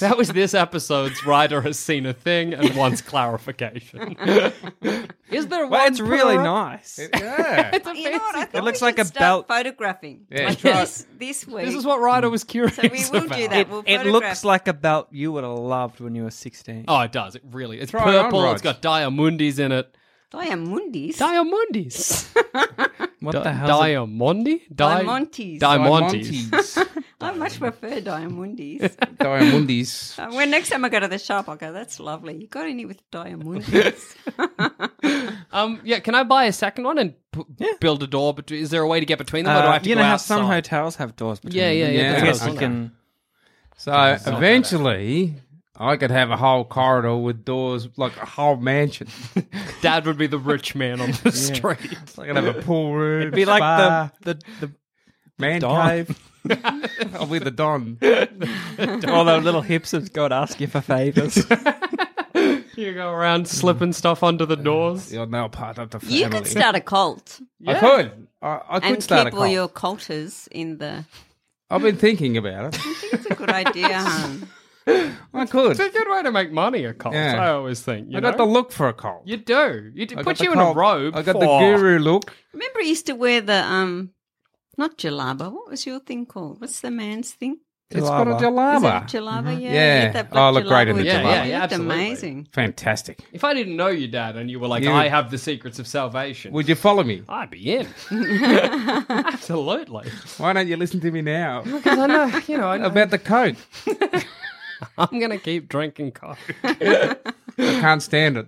Speaker 3: that was this episode's Ryder has seen a thing and wants clarification. Is there
Speaker 4: Well,
Speaker 3: one?
Speaker 4: it's really
Speaker 3: per-
Speaker 4: nice.
Speaker 5: Yeah.
Speaker 3: It's
Speaker 6: you know what? I
Speaker 3: amazing.
Speaker 6: thought
Speaker 4: It looks
Speaker 6: we
Speaker 4: like
Speaker 6: could
Speaker 4: a belt.
Speaker 6: start Photographing.
Speaker 5: Yeah,
Speaker 6: Like
Speaker 5: try it.
Speaker 6: this, this week.
Speaker 3: This is what Ryder was curious
Speaker 6: so we will
Speaker 3: about.
Speaker 6: do that. We'll
Speaker 4: it
Speaker 6: photograph.
Speaker 4: looks like a belt you would have loved when you were 16.
Speaker 3: Oh, it does. It really. It's
Speaker 5: Try it on,
Speaker 3: purple.
Speaker 5: Rog.
Speaker 3: it's got diamundis in it.
Speaker 6: Oh, Diamundis.
Speaker 3: Diamundis.
Speaker 4: what
Speaker 3: Di-
Speaker 4: the hell?
Speaker 3: Diamondi. Di-
Speaker 6: Diamontes.
Speaker 3: Diamontes.
Speaker 6: I much prefer diamundis.
Speaker 5: Diamundis.
Speaker 6: Uh, when next time I go to the shop, I'll go, that's lovely. You got any with diamundis?
Speaker 3: Um. Yeah. Can I buy a second one and p- build a door? But is there a way to get between them? or do I
Speaker 4: Uh,
Speaker 3: have to
Speaker 4: you
Speaker 3: go
Speaker 4: know how
Speaker 3: outside?
Speaker 4: some hotels have doors between
Speaker 3: Yeah, yeah,
Speaker 4: them?
Speaker 3: yeah,
Speaker 5: Yeah.
Speaker 4: I
Speaker 5: that's
Speaker 4: guess
Speaker 5: what I
Speaker 4: you
Speaker 5: was
Speaker 4: can.
Speaker 5: So eventually, I could have a whole corridor with doors, like a whole mansion.
Speaker 3: Dad would be the rich man on the street.
Speaker 5: I could have a pool room.
Speaker 4: It'd be like the, the, the
Speaker 5: man
Speaker 4: Don.
Speaker 5: cave. I'll be the Don.
Speaker 4: all the little hipsters God ask you for favors.
Speaker 3: You go around slipping stuff under
Speaker 4: Uh,
Speaker 3: the doors.
Speaker 5: You're now part of the family.
Speaker 6: you could start a cult
Speaker 5: I could. I, I could
Speaker 6: and
Speaker 5: start a
Speaker 6: keep all
Speaker 5: cult.
Speaker 6: your culters in the.
Speaker 5: I've been thinking about it.
Speaker 6: It's a good idea, hon.
Speaker 5: I could.
Speaker 3: It's a good way to make money, a cult.
Speaker 5: Yeah.
Speaker 3: I always think. You
Speaker 5: I
Speaker 3: know?
Speaker 5: got the look for a cult.
Speaker 3: You do. You do.
Speaker 5: I
Speaker 3: put
Speaker 5: got
Speaker 3: you
Speaker 5: the
Speaker 3: in a
Speaker 5: cult.
Speaker 3: robe.
Speaker 5: I got
Speaker 3: for-
Speaker 5: the guru look.
Speaker 6: Remember, I used to wear the um, not jalaba. What was your thing called? What's the man's thing?
Speaker 5: It's got a
Speaker 4: Jalaba.
Speaker 6: Is it
Speaker 5: jalaba.
Speaker 6: jalaba? Yeah, you
Speaker 5: Yeah.
Speaker 6: had that
Speaker 5: Oh, I
Speaker 6: black
Speaker 5: look great
Speaker 6: jalaba
Speaker 5: in a
Speaker 6: with
Speaker 3: Yeah,
Speaker 6: the-
Speaker 3: yeah,
Speaker 6: you
Speaker 3: yeah,
Speaker 6: looked
Speaker 3: absolutely.
Speaker 6: amazing.
Speaker 5: Fantastic.
Speaker 3: If I didn't know you, Dad, and you were like,
Speaker 5: You-
Speaker 3: "I have the secrets of salvation,"
Speaker 5: Would you follow me?
Speaker 3: I'd be in. Absolutely.
Speaker 5: Why don't you listen to me now?
Speaker 3: Because I know, you know, I
Speaker 5: About the coke.
Speaker 3: I'm going to keep drinking coffee.
Speaker 5: I can't stand it.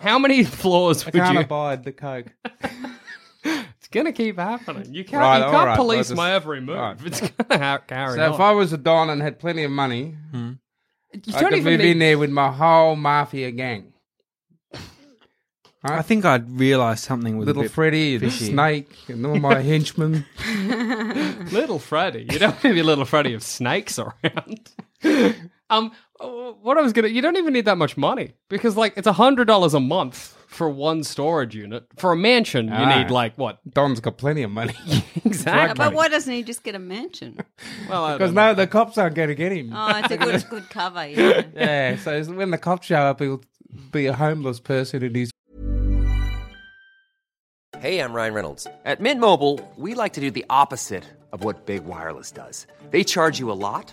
Speaker 3: How many floors
Speaker 5: I
Speaker 3: would
Speaker 5: can't
Speaker 3: you?
Speaker 5: abide the coke.
Speaker 3: It's going to keep happening. You can't,
Speaker 5: Right,
Speaker 3: you
Speaker 5: all
Speaker 3: can't
Speaker 5: right,
Speaker 3: police
Speaker 5: let's just-
Speaker 3: my every move.
Speaker 5: right.
Speaker 3: It's going to ha- carry
Speaker 5: So
Speaker 3: on.
Speaker 5: if I was a Don and had plenty of money,
Speaker 3: you
Speaker 5: I could move in there with my whole mafia gang.
Speaker 4: I think I'd realize something with a
Speaker 5: Little
Speaker 4: bit-
Speaker 5: Freddy and
Speaker 4: fishy.
Speaker 5: Snake and all my henchmen.
Speaker 3: Little Freddy. You don't have your little Freddy of snakes around. Um, what I was gonna, you don't even need that much money because like it's a hundred dollars a month for one storage unit for a mansion. you
Speaker 5: Ah.
Speaker 3: need like what
Speaker 5: Don's got plenty of money.
Speaker 3: exactly?
Speaker 6: But why doesn't he just get a mansion?
Speaker 3: Well, I
Speaker 5: Because
Speaker 3: don't know.
Speaker 5: no, the cops aren't going to get him.
Speaker 6: Oh, it's a good good cover. Yeah.
Speaker 5: Yeah, so when the cops show up, he'll be a homeless person in his
Speaker 7: Hey, I'm Ryan Reynolds. At Mint Mobile, we like to do the opposite of what Big Wireless does. They charge you a lot,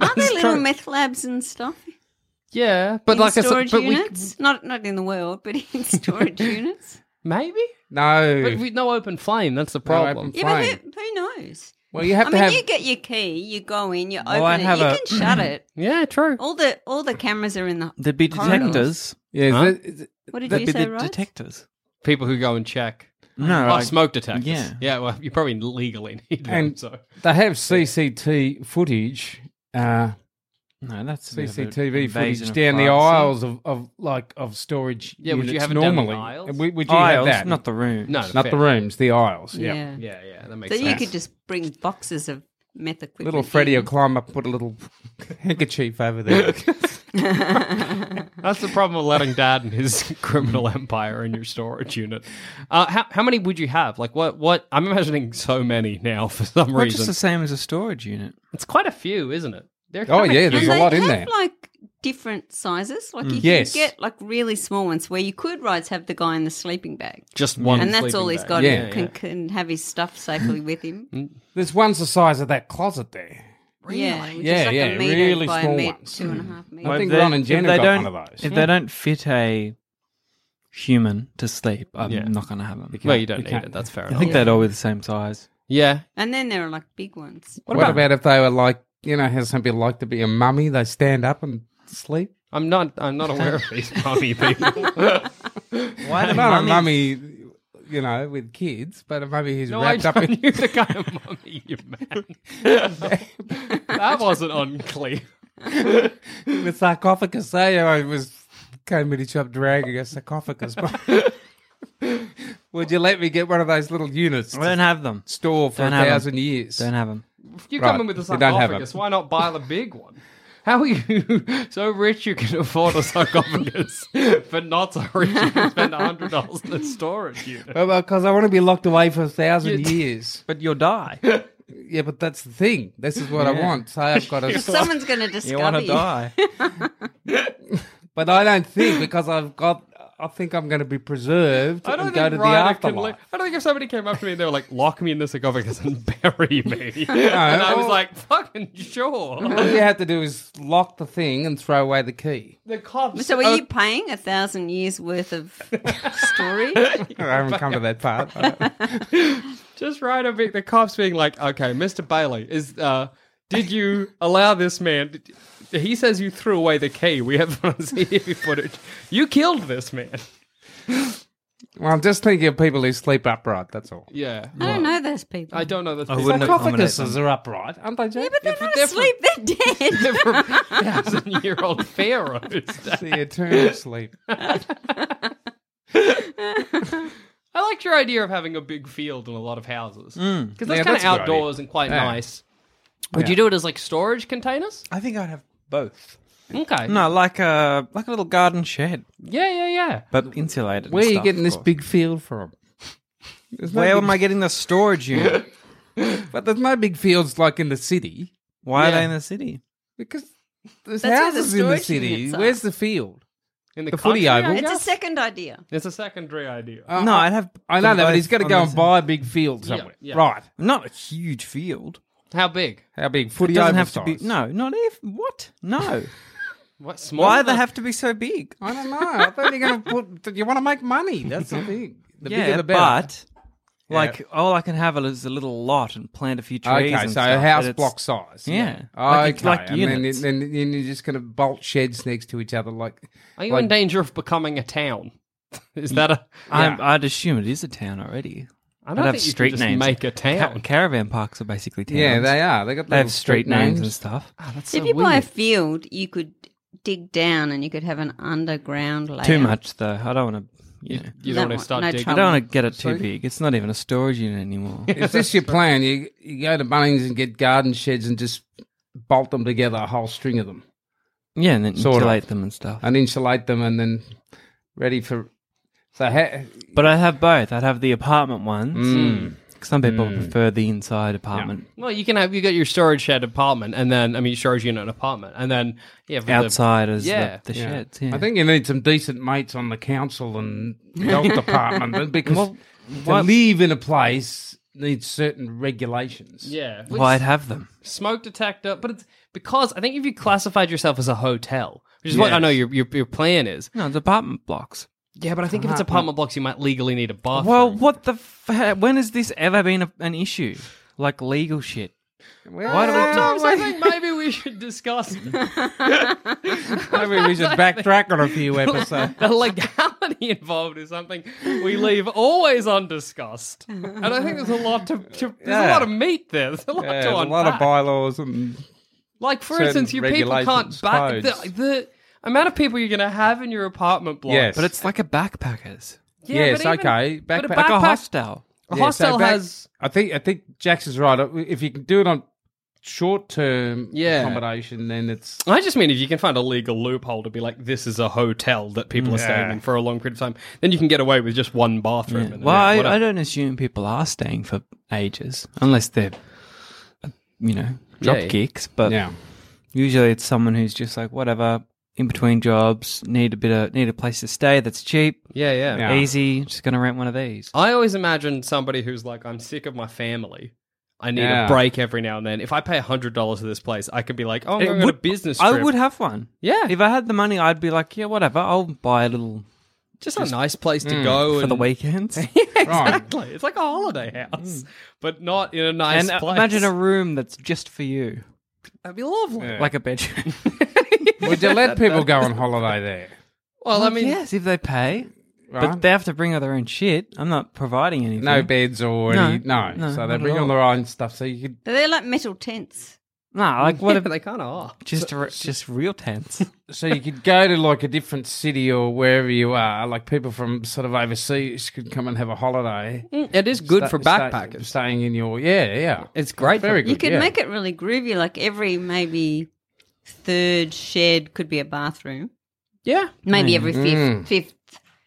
Speaker 6: Aren't there little meth labs and stuff?
Speaker 3: yeah, but
Speaker 6: in
Speaker 3: like I said-
Speaker 6: storage
Speaker 3: but we-
Speaker 6: units, not not in the world, but in storage units.
Speaker 3: maybe,
Speaker 5: No.
Speaker 3: but we no open flame. That's the
Speaker 5: No open
Speaker 3: problem.
Speaker 6: Yeah, but
Speaker 5: Fine.
Speaker 6: who, who knows?
Speaker 5: well, you have
Speaker 6: I
Speaker 5: to
Speaker 6: mean,
Speaker 5: have.
Speaker 6: you get your key, you go in, you
Speaker 4: Well, I'd
Speaker 6: open it,
Speaker 4: have
Speaker 6: you
Speaker 4: a-
Speaker 6: can shut it.
Speaker 3: yeah, true.
Speaker 6: All the all the cameras are in the.
Speaker 4: There'd be
Speaker 6: corridors.
Speaker 4: detectors.
Speaker 5: yeah,
Speaker 3: Huh?
Speaker 5: is it-
Speaker 6: What did
Speaker 4: There'd
Speaker 6: you
Speaker 4: be
Speaker 6: say,
Speaker 4: the
Speaker 6: right?
Speaker 4: detectors.
Speaker 3: People who go and check.
Speaker 4: No,
Speaker 3: Oh,
Speaker 4: like-
Speaker 3: smoke detectors.
Speaker 4: yeah.
Speaker 3: yeah. Well, you probably legally need them.
Speaker 5: And-
Speaker 3: so
Speaker 5: they have CCT footage. Uh,
Speaker 4: no, that's a bit of a
Speaker 5: CCTV
Speaker 4: invasion
Speaker 5: footage
Speaker 4: of
Speaker 5: down the
Speaker 4: privacy.
Speaker 5: aisles of, of like of storage.
Speaker 3: Yeah, would you
Speaker 5: units
Speaker 3: have it down the
Speaker 5: normally?
Speaker 3: aisles?
Speaker 5: And we- Would you
Speaker 4: Aisles,
Speaker 5: have that?
Speaker 4: not the room.
Speaker 3: no,
Speaker 5: not
Speaker 3: fair.
Speaker 5: the rooms, the aisles. Yeah.
Speaker 6: Yeah.
Speaker 3: Yeah, yeah, that
Speaker 6: So
Speaker 3: makes
Speaker 6: you
Speaker 3: sense.
Speaker 6: could just bring boxes of meth equipment.
Speaker 5: Little Freddy will
Speaker 6: in.
Speaker 5: climb up, put a little handkerchief over there.
Speaker 3: That's the problem with letting dad and his criminal empire in your storage unit. Uh, how, how many would you have? Like, what, what? I'm imagining so many now for some
Speaker 4: Well, just
Speaker 3: reason.
Speaker 4: the same as a storage unit.
Speaker 3: It's quite a few, isn't it? They're
Speaker 5: Oh,
Speaker 3: kinda
Speaker 5: yeah,
Speaker 3: huge.
Speaker 5: there's
Speaker 6: and
Speaker 5: a
Speaker 6: they
Speaker 5: lot in
Speaker 6: have
Speaker 5: there. Mm.
Speaker 6: like different sizes. Like you
Speaker 5: Yes.
Speaker 6: can get like really small ones where you could rights have the guy in the sleeping bag,
Speaker 3: just one.
Speaker 6: and that's
Speaker 3: sleeping
Speaker 6: all he's
Speaker 3: bag.
Speaker 6: got.
Speaker 5: Yeah,
Speaker 6: and can, can have his stuff safely with him.
Speaker 5: There's one's the size of that closet there.
Speaker 6: Yeah, which
Speaker 5: Yeah,
Speaker 6: is like
Speaker 5: yeah,
Speaker 6: a meter
Speaker 5: really
Speaker 6: by
Speaker 5: small
Speaker 6: a meter,
Speaker 5: ones. Hmm.
Speaker 6: two and a half meters.
Speaker 5: I think
Speaker 4: If they-
Speaker 5: Ron and
Speaker 4: if
Speaker 5: Jen
Speaker 4: they
Speaker 5: have got
Speaker 4: don't-
Speaker 5: one of those.
Speaker 4: If they don't fit a human to sleep, I'm
Speaker 3: Yeah.
Speaker 4: not going to have them.
Speaker 3: Well, you don't
Speaker 5: You
Speaker 3: need
Speaker 5: can't-
Speaker 3: it. That's fair
Speaker 4: I
Speaker 3: enough.
Speaker 4: think they'd all be the same size.
Speaker 3: yeah.
Speaker 6: And then there are like big ones.
Speaker 5: What, about, if they were like, you know, how some people like to be a mummy? They stand up and sleep.
Speaker 3: I'm not. I'm not aware of these mummy people.
Speaker 4: Why
Speaker 5: Not a mummy, you know, with kids, but a mummy who's
Speaker 3: No, I
Speaker 5: wrapped up in.
Speaker 3: knew the kind of mummy you meant. that wasn't unclear.
Speaker 5: the sarcophagus there. I was came in the shop dragging a sarcophagus. Would you let me get one of those little units
Speaker 4: I don't
Speaker 5: to
Speaker 4: have them.
Speaker 5: store for
Speaker 4: Don't
Speaker 5: a
Speaker 4: have 'em.
Speaker 5: thousand years?
Speaker 4: Don't have them.
Speaker 3: If you're
Speaker 5: Right,
Speaker 3: coming with a
Speaker 5: you don't have
Speaker 3: sarcophagus,
Speaker 5: it.
Speaker 3: why not buy the big one? How are you so rich you can afford a sarcophagus, but not so rich you can spend hundred dollars on a storage unit?
Speaker 5: because I want to be locked away for a thousand
Speaker 3: You-
Speaker 5: years.
Speaker 4: But you'll die.
Speaker 5: Yeah, but that's the thing. This is what I want. So I've got to.
Speaker 6: Someone's going to
Speaker 4: you want
Speaker 6: discover
Speaker 4: to
Speaker 6: you.
Speaker 4: die.
Speaker 5: but I don't think because I've got. I think I'm going to be preserved
Speaker 3: I don't
Speaker 5: and go
Speaker 3: think
Speaker 5: to the
Speaker 3: Ryder can.
Speaker 5: afterlife.
Speaker 3: Like, I don't think if somebody came up to me and they were like, "Lock me in the sarcophagus and bury me," and I was
Speaker 5: well-
Speaker 3: like, "Fucking sure."
Speaker 5: All you have to do is lock the thing and throw away the key.
Speaker 3: The cops.
Speaker 6: So are you paying a thousand years worth of storage?
Speaker 5: I haven't come to that part.
Speaker 3: Just right of it, the cops being like, okay, Mr. Bailey, is uh, did you allow this man? He says you threw away the key. We have it on CCTV footage. You killed this man.
Speaker 5: Well, I'm just thinking of people who sleep upright. That's all.
Speaker 3: Yeah.
Speaker 6: I don't know those people.
Speaker 3: I don't know this.
Speaker 4: I wouldn't accommodate
Speaker 5: Sarcophaguses are upright, aren't they, Jack?
Speaker 6: but they're not
Speaker 3: they're
Speaker 6: asleep. They're dead.
Speaker 3: thousand year old pharaohs.
Speaker 5: the eternal sleep.
Speaker 3: I liked your idea of having a big field and a lot of houses because that's
Speaker 5: Mm. Yeah,
Speaker 3: kind
Speaker 5: that's
Speaker 3: of
Speaker 5: a good
Speaker 3: outdoors and quite
Speaker 5: Yeah.
Speaker 3: nice. Would you do it as like storage containers?
Speaker 4: I think I'd have both.
Speaker 3: Okay.
Speaker 4: No, like a like a little garden shed,
Speaker 3: Yeah, yeah, yeah.
Speaker 4: but insulated. and
Speaker 5: Where are you
Speaker 4: stuff,
Speaker 5: getting
Speaker 4: of
Speaker 5: this
Speaker 4: course.
Speaker 5: big field from? There's no
Speaker 4: Where
Speaker 5: big-
Speaker 4: am I getting the storage unit?
Speaker 5: But there's no big fields like in the city
Speaker 4: Why are
Speaker 3: Yeah.
Speaker 4: they in the city?
Speaker 5: because there's
Speaker 6: That's where the
Speaker 5: houses in the
Speaker 6: storage
Speaker 5: city.
Speaker 6: units are.
Speaker 5: Where's the field?
Speaker 3: In
Speaker 5: The footy
Speaker 3: country,
Speaker 5: oval?
Speaker 3: I
Speaker 6: it's a
Speaker 3: guess?
Speaker 6: second idea.
Speaker 3: It's a secondary idea.
Speaker 5: Uh,
Speaker 4: no, I'd have.
Speaker 5: I know that, but he's got
Speaker 4: got
Speaker 5: to go and buy a big field
Speaker 3: Yeah,
Speaker 5: somewhere.
Speaker 3: yeah.
Speaker 5: Right.
Speaker 4: Not a huge field.
Speaker 3: How big?
Speaker 5: How big?
Speaker 4: It
Speaker 5: Footy
Speaker 4: doesn't
Speaker 5: oval
Speaker 4: have to be.
Speaker 5: size.
Speaker 4: No, not if. What? No.
Speaker 3: What small?
Speaker 4: Why do they have to be so big?
Speaker 5: I don't know. I thought you're going to put. You want to make money. That's the thing. The bigger the better.
Speaker 4: but like all I can have is a little lot and plant a few trees.
Speaker 5: okay,
Speaker 4: and
Speaker 5: so
Speaker 4: stuff,
Speaker 5: a
Speaker 4: but
Speaker 5: house
Speaker 4: it's-
Speaker 5: block size.
Speaker 4: Yeah. Like,
Speaker 5: Okay.
Speaker 4: it's like
Speaker 5: and then,
Speaker 4: units.
Speaker 5: then, then you're just going to bolt sheds next to each other, like
Speaker 3: Are you
Speaker 5: like-
Speaker 3: in danger of becoming a town? Is that a?
Speaker 4: I'm, I'd assume it is a town already.
Speaker 3: I
Speaker 4: I'd
Speaker 3: don't
Speaker 4: have
Speaker 3: think you
Speaker 4: street
Speaker 3: can just
Speaker 4: names.
Speaker 3: make a
Speaker 4: Ca-
Speaker 3: town.
Speaker 4: caravan parks are basically towns.
Speaker 5: yeah, they are. They got
Speaker 4: They
Speaker 5: little
Speaker 4: have street names and stuff.
Speaker 3: Oh, that's
Speaker 6: So if
Speaker 3: so
Speaker 6: you buy a
Speaker 3: weird.
Speaker 6: field, you could dig down and you could have an underground layer.
Speaker 4: Too much though. I don't want to. You know,
Speaker 3: you don't
Speaker 6: No,
Speaker 3: want to start
Speaker 6: no
Speaker 4: I
Speaker 3: digging.
Speaker 6: trouble.
Speaker 4: don't want to get it too big. It's not even a storage unit anymore.
Speaker 5: Is this your plan? You you go to Bunnings and get garden sheds and just bolt them together, a whole string of them,
Speaker 4: yeah, and then
Speaker 5: Sort of.
Speaker 4: insulate them and stuff.
Speaker 5: and insulate them, and then ready for. So ha-
Speaker 4: But I have both. I'd have the apartment ones. Mm. Some people prefer the inside apartment.
Speaker 3: Well, you can have you got your storage shed apartment, and then I mean storage unit apartment, and then yeah, for the-
Speaker 4: Outside is
Speaker 3: Yeah.
Speaker 4: the, the
Speaker 5: yeah.
Speaker 4: sheds. Yeah.
Speaker 5: I think you need some decent mates on the council and health department but because
Speaker 4: Well,
Speaker 5: to
Speaker 4: what-
Speaker 5: live in a place needs certain regulations.
Speaker 3: yeah,
Speaker 4: Well, I'd have them.
Speaker 3: smoke detector. But it's because I think if you classified yourself as a hotel, which is what I know your your, your plan is.
Speaker 4: No, it's apartment blocks.
Speaker 3: Yeah, but I think if it's apartment blocks, you might legally need a bathroom.
Speaker 4: Well, what the? F- when has this ever been a, an issue? Like legal shit. Why do we
Speaker 3: Sometimes I think maybe we should discuss the
Speaker 5: Maybe we should backtrack on a few episodes.
Speaker 3: legality involved is something we leave always undiscussed. And I think there's a lot to, to there's a
Speaker 5: Yeah.
Speaker 3: lot of meat there. There's a lot to
Speaker 5: Yeah, there's a
Speaker 3: unpack.
Speaker 5: lot of bylaws and
Speaker 3: Like for
Speaker 5: certain
Speaker 3: instance, your people can't
Speaker 5: regulations,
Speaker 3: ba-
Speaker 5: codes.
Speaker 3: the, the amount of people you're going to have in your apartment block.
Speaker 5: Yes.
Speaker 4: But it's like a backpackers,
Speaker 3: Yeah,
Speaker 5: Yes,
Speaker 3: but even-
Speaker 5: okay.
Speaker 3: but a
Speaker 5: Backpack-
Speaker 4: like a
Speaker 3: backpack-
Speaker 4: hostel.
Speaker 3: A
Speaker 5: Yeah, so
Speaker 3: hostel
Speaker 5: back-
Speaker 3: has
Speaker 5: I think I think Jax is right. If you can do it on short term
Speaker 3: Yeah.
Speaker 5: accommodation, then it's
Speaker 3: I just mean if you can find a legal loophole to be like, this is a hotel that people are staying in for a long period of time, then you can get away with just one bathroom.
Speaker 4: Yeah.
Speaker 3: and
Speaker 4: Well,
Speaker 3: yeah,
Speaker 4: I, I
Speaker 3: whatever.
Speaker 4: don't assume people are staying for ages unless they're, uh, you know, job
Speaker 3: Yeah.
Speaker 4: kicks. But
Speaker 5: yeah.
Speaker 4: usually it's someone who's just like whatever in between jobs need a bit of need a place to stay that's cheap,
Speaker 3: yeah, yeah,
Speaker 5: Yeah.
Speaker 4: easy. Just gonna rent one of these.
Speaker 3: I always imagine somebody who's like, I'm sick of my family. I need
Speaker 5: Yeah.
Speaker 3: a break every now and then. If I pay hundred dollars to this place, I could be like, oh, I'm
Speaker 4: It
Speaker 3: going on a
Speaker 4: would-
Speaker 3: business trip.
Speaker 4: I would have one.
Speaker 3: Yeah.
Speaker 4: If I had the money, I'd be like, yeah, whatever. I'll buy a little
Speaker 3: just, a nice place to go
Speaker 4: mm, for
Speaker 3: Oh, and
Speaker 4: the weekends.
Speaker 5: Right.
Speaker 3: Exactly. It's like a holiday house, but not in a nice
Speaker 4: and uh,
Speaker 3: place.
Speaker 4: imagine a room that's just for you,
Speaker 3: that'd be lovely.
Speaker 4: like a bedroom.
Speaker 5: Would you let people go on holiday there?
Speaker 3: Well, I mean,
Speaker 4: yes, if they pay,
Speaker 5: Right?
Speaker 4: but they have to bring all their own shit. I'm not providing anything.
Speaker 5: no beds or
Speaker 4: No,
Speaker 5: any, no.
Speaker 4: no,
Speaker 5: So
Speaker 4: not
Speaker 5: they
Speaker 4: at
Speaker 5: bring all
Speaker 4: all.
Speaker 5: their own stuff. So you could.
Speaker 6: But They're like metal tents.
Speaker 4: no, like what?
Speaker 3: yeah,
Speaker 4: if
Speaker 3: they kind of are.
Speaker 4: just re- just real tents.
Speaker 5: So you could go to like a different city or wherever you are. Like people from sort of overseas could come and have a holiday.
Speaker 4: Mm,
Speaker 3: It is good
Speaker 5: Sta-
Speaker 3: for
Speaker 5: sta-
Speaker 3: backpackers.
Speaker 5: staying in your yeah yeah.
Speaker 3: It's great.
Speaker 5: Very
Speaker 3: for-
Speaker 5: good.
Speaker 6: You could
Speaker 5: yeah.
Speaker 6: make it really groovy. Like every maybe third shed could be a bathroom.
Speaker 3: Yeah.
Speaker 6: Maybe
Speaker 3: Hmm.
Speaker 6: every fifth,
Speaker 5: Mm.
Speaker 6: fifth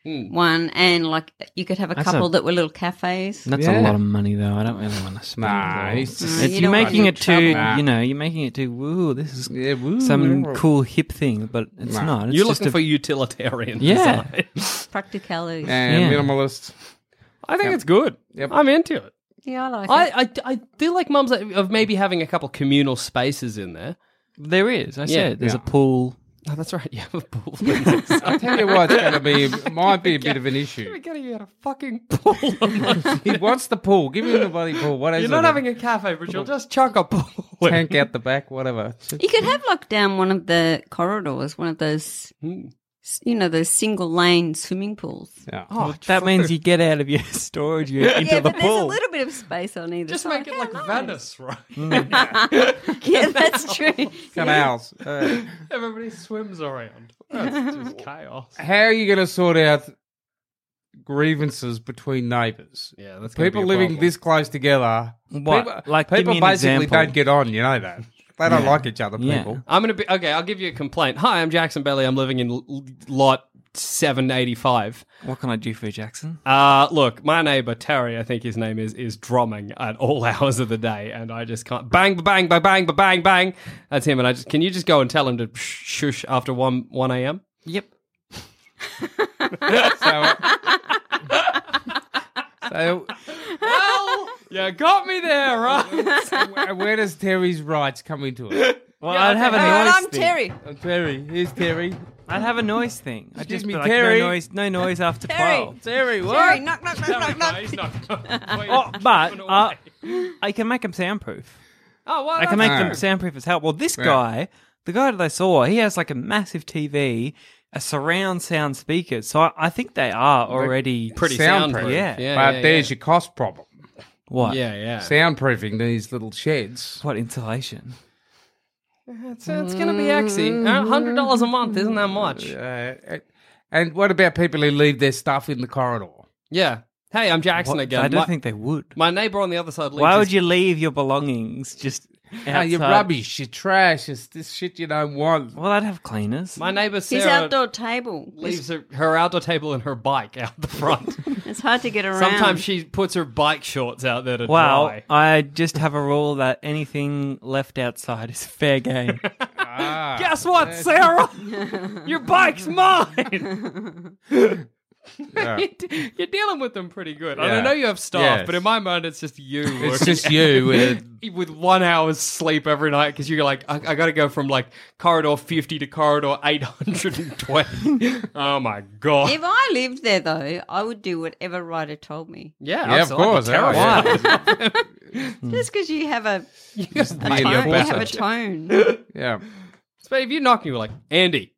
Speaker 6: one, and like you could have a
Speaker 4: Hmm. That's
Speaker 6: couple
Speaker 4: a-
Speaker 6: that were little cafes.
Speaker 4: That's a
Speaker 5: Yeah.
Speaker 4: lot of money, though. I don't really want to spend.
Speaker 5: Nah,
Speaker 4: it all.
Speaker 5: he's just-
Speaker 6: Mm,
Speaker 4: It's-
Speaker 6: you
Speaker 4: you're
Speaker 6: don't
Speaker 4: making
Speaker 6: want
Speaker 4: it
Speaker 6: to
Speaker 4: too.
Speaker 5: trouble.
Speaker 4: You know, you're making it too. Woo, this is
Speaker 5: Yeah, woo,
Speaker 4: some
Speaker 5: whatever.
Speaker 4: cool hip thing, but it's
Speaker 5: Nah.
Speaker 4: not. It's
Speaker 3: You're
Speaker 4: just
Speaker 3: looking
Speaker 4: a,
Speaker 3: for utilitarian
Speaker 4: Yeah.
Speaker 3: design.
Speaker 6: Practicality.
Speaker 5: and
Speaker 4: Yeah.
Speaker 5: minimalist.
Speaker 3: I think it's good. I'm into it.
Speaker 6: Yeah, I like it.
Speaker 3: I, I, I do like mums that- of maybe having a couple communal spaces in there.
Speaker 4: There is. I
Speaker 3: Yeah.
Speaker 4: said there's a pool.
Speaker 3: Oh, that's right. You have a pool.
Speaker 5: I tell you what, it's going to be it might be a bit of an issue.
Speaker 3: getting you out a fucking pool.
Speaker 5: He wants the pool. Give him the bloody pool. What is
Speaker 3: You're
Speaker 5: it?
Speaker 3: not having a cafe, but you'll just chuck a pool. in.
Speaker 5: tank out the back, whatever.
Speaker 3: Hmm.
Speaker 6: You could have like down one of the corridors, one of those s- you know, the single lane swimming pools.
Speaker 5: Yeah.
Speaker 4: Oh, that means you get out of your storage unit into
Speaker 6: yeah,
Speaker 4: the
Speaker 6: but there's a
Speaker 4: pool.
Speaker 6: little bit of space on either
Speaker 3: Just
Speaker 6: side.
Speaker 3: make it like Venice, right?
Speaker 6: yeah, that's true.
Speaker 5: Canals. Uh,
Speaker 3: Everybody swims around. That's just chaos.
Speaker 5: how are you going to sort out grievances between neighbours?
Speaker 3: Yeah, that's gonna
Speaker 5: people
Speaker 3: be a
Speaker 5: living
Speaker 3: problem.
Speaker 5: this close together.
Speaker 4: What?
Speaker 5: People,
Speaker 4: Like, give
Speaker 5: people
Speaker 4: me an
Speaker 5: basically
Speaker 4: example.
Speaker 5: don't get on. You know that they don't like each other.
Speaker 4: Yeah.
Speaker 5: People.
Speaker 3: I'm gonna be okay. I'll give you a complaint. Hi, I'm Jackson Bailey. I'm living in l- l- lot seven eighty five.
Speaker 4: What can I do for you, Jackson?
Speaker 3: Uh, look, my neighbor Terry, I think his name is, is drumming at all hours of the day, and I just can't. Bang, ba- bang, ba- bang, ba- bang, bang. That's him. And I just can you just go and tell him to shush after one one a.m.
Speaker 4: Yep.
Speaker 5: So,
Speaker 3: Well, you got me there, right?
Speaker 5: where- where does Terry's rights come into it?
Speaker 4: Well, I'd have a
Speaker 6: All
Speaker 4: noise
Speaker 6: right, I'm
Speaker 4: thing.
Speaker 6: Terry.
Speaker 5: Oh, Terry, here's Terry.
Speaker 4: I'd have a noise thing. I'd
Speaker 5: Excuse
Speaker 4: just
Speaker 5: me,
Speaker 4: be like,
Speaker 5: Terry.
Speaker 4: no noise, no noise after
Speaker 6: Terry.
Speaker 4: twelve.
Speaker 5: Terry, what?
Speaker 6: Terry, knock, knock, knock, knock, knock.
Speaker 3: He's not.
Speaker 4: Oh, but uh, I can make them soundproof.
Speaker 3: oh, well,
Speaker 4: I can make them
Speaker 5: Alright.
Speaker 4: soundproof as hell. Well, this guy, the guy that I saw, he has like a massive TV, a surround sound speaker. So I, I think they are already
Speaker 3: pretty
Speaker 5: Soundproof.
Speaker 3: soundproof.
Speaker 4: Yeah.
Speaker 3: yeah
Speaker 5: but
Speaker 3: yeah,
Speaker 5: there's your cost problem.
Speaker 4: what?
Speaker 3: yeah, yeah.
Speaker 5: Soundproofing these little sheds.
Speaker 4: What insulation?
Speaker 3: It's, it's gonna be
Speaker 6: Mm.
Speaker 3: axy. Hundred dollars a month isn't that much.
Speaker 5: Uh, and what about people who leave their stuff in the corridor?
Speaker 3: Yeah. Hey, I'm Jackson
Speaker 4: What-
Speaker 3: again.
Speaker 4: I don't
Speaker 3: my,
Speaker 4: think they would.
Speaker 3: my neighbor on the other side.
Speaker 4: Why
Speaker 3: leaves
Speaker 4: would
Speaker 3: his-
Speaker 4: you leave your belongings just outside?
Speaker 5: Oh, you're rubbish. You're trash. It's this shit you don't want.
Speaker 4: Well, I'd have cleaners.
Speaker 3: My neighbor
Speaker 6: His
Speaker 3: Sarah
Speaker 6: outdoor table.
Speaker 3: leaves her, her outdoor table and her bike out the front.
Speaker 6: It's hard to get around.
Speaker 3: Sometimes she puts her bike shorts out there to
Speaker 4: Wow,
Speaker 3: dry.
Speaker 4: I just have a rule that anything left outside is fair game.
Speaker 3: Guess what, Sarah? Your bike's mine. You're dealing with them pretty good. And I
Speaker 5: Yeah.
Speaker 3: know you have staff,
Speaker 5: Yes.
Speaker 3: but in my mind, it's just you.
Speaker 5: It's
Speaker 3: working
Speaker 5: just you with
Speaker 3: with one hour's sleep every night because you're like, I, I got to go from like corridor 50 to corridor 820. oh my God.
Speaker 6: If I lived there, though, I would do whatever writer told me.
Speaker 3: yeah,
Speaker 5: Yeah, of
Speaker 3: absolutely. I'd be
Speaker 5: course.
Speaker 3: terrified.
Speaker 5: yeah.
Speaker 4: Hmm.
Speaker 6: Just because you have a, a
Speaker 5: in your
Speaker 6: tone, you have a
Speaker 5: passage.
Speaker 6: tone,
Speaker 5: yeah.
Speaker 3: But if you knock me, you're like, Andy,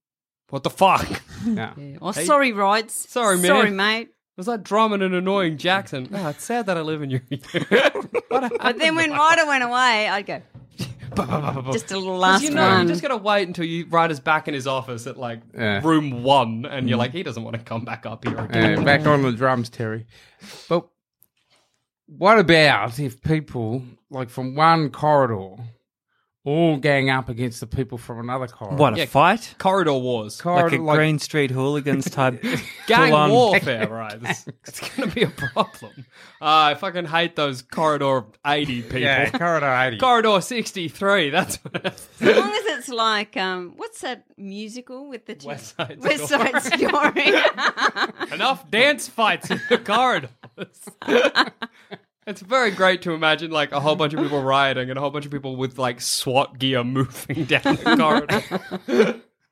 Speaker 3: what the fuck?
Speaker 5: Yeah.
Speaker 6: or Oh, sorry, rides,
Speaker 3: Sorry, man.
Speaker 6: sorry, mate.
Speaker 3: Was that drumming and annoying Jackson? Oh, it's sad that I live in your.
Speaker 6: But then when Ryder went away, I'd go just a little last
Speaker 3: you know,
Speaker 6: one.
Speaker 3: you just gotta wait until you Ryder's back in his office at like
Speaker 5: Yeah. Mm-hmm.
Speaker 3: room one, and you're like, he doesn't want to come back up here again.
Speaker 5: Uh, back on the drums, Terry. But what about if people, like from one corridor, all gang up against the people from another corridor?
Speaker 4: What a
Speaker 3: Yeah.
Speaker 4: fight!
Speaker 3: Corridor wars,
Speaker 4: Like a
Speaker 5: corridor? Like,
Speaker 4: Green Street hooligans type
Speaker 3: gang
Speaker 4: full-on-
Speaker 3: warfare, right? It's, it's gonna be a problem. Uh, I fucking hate those corridor eighty people.
Speaker 5: yeah, corridor 80.
Speaker 3: Corridor sixty three. That's what
Speaker 6: as long as it's like um, what's that musical with the two-
Speaker 3: West Side
Speaker 6: West
Speaker 3: Story.
Speaker 6: Side Story?
Speaker 3: enough dance fights in the corridors. it's very great to imagine like a whole bunch of people rioting and a whole bunch of people with like SWAT gear moving down the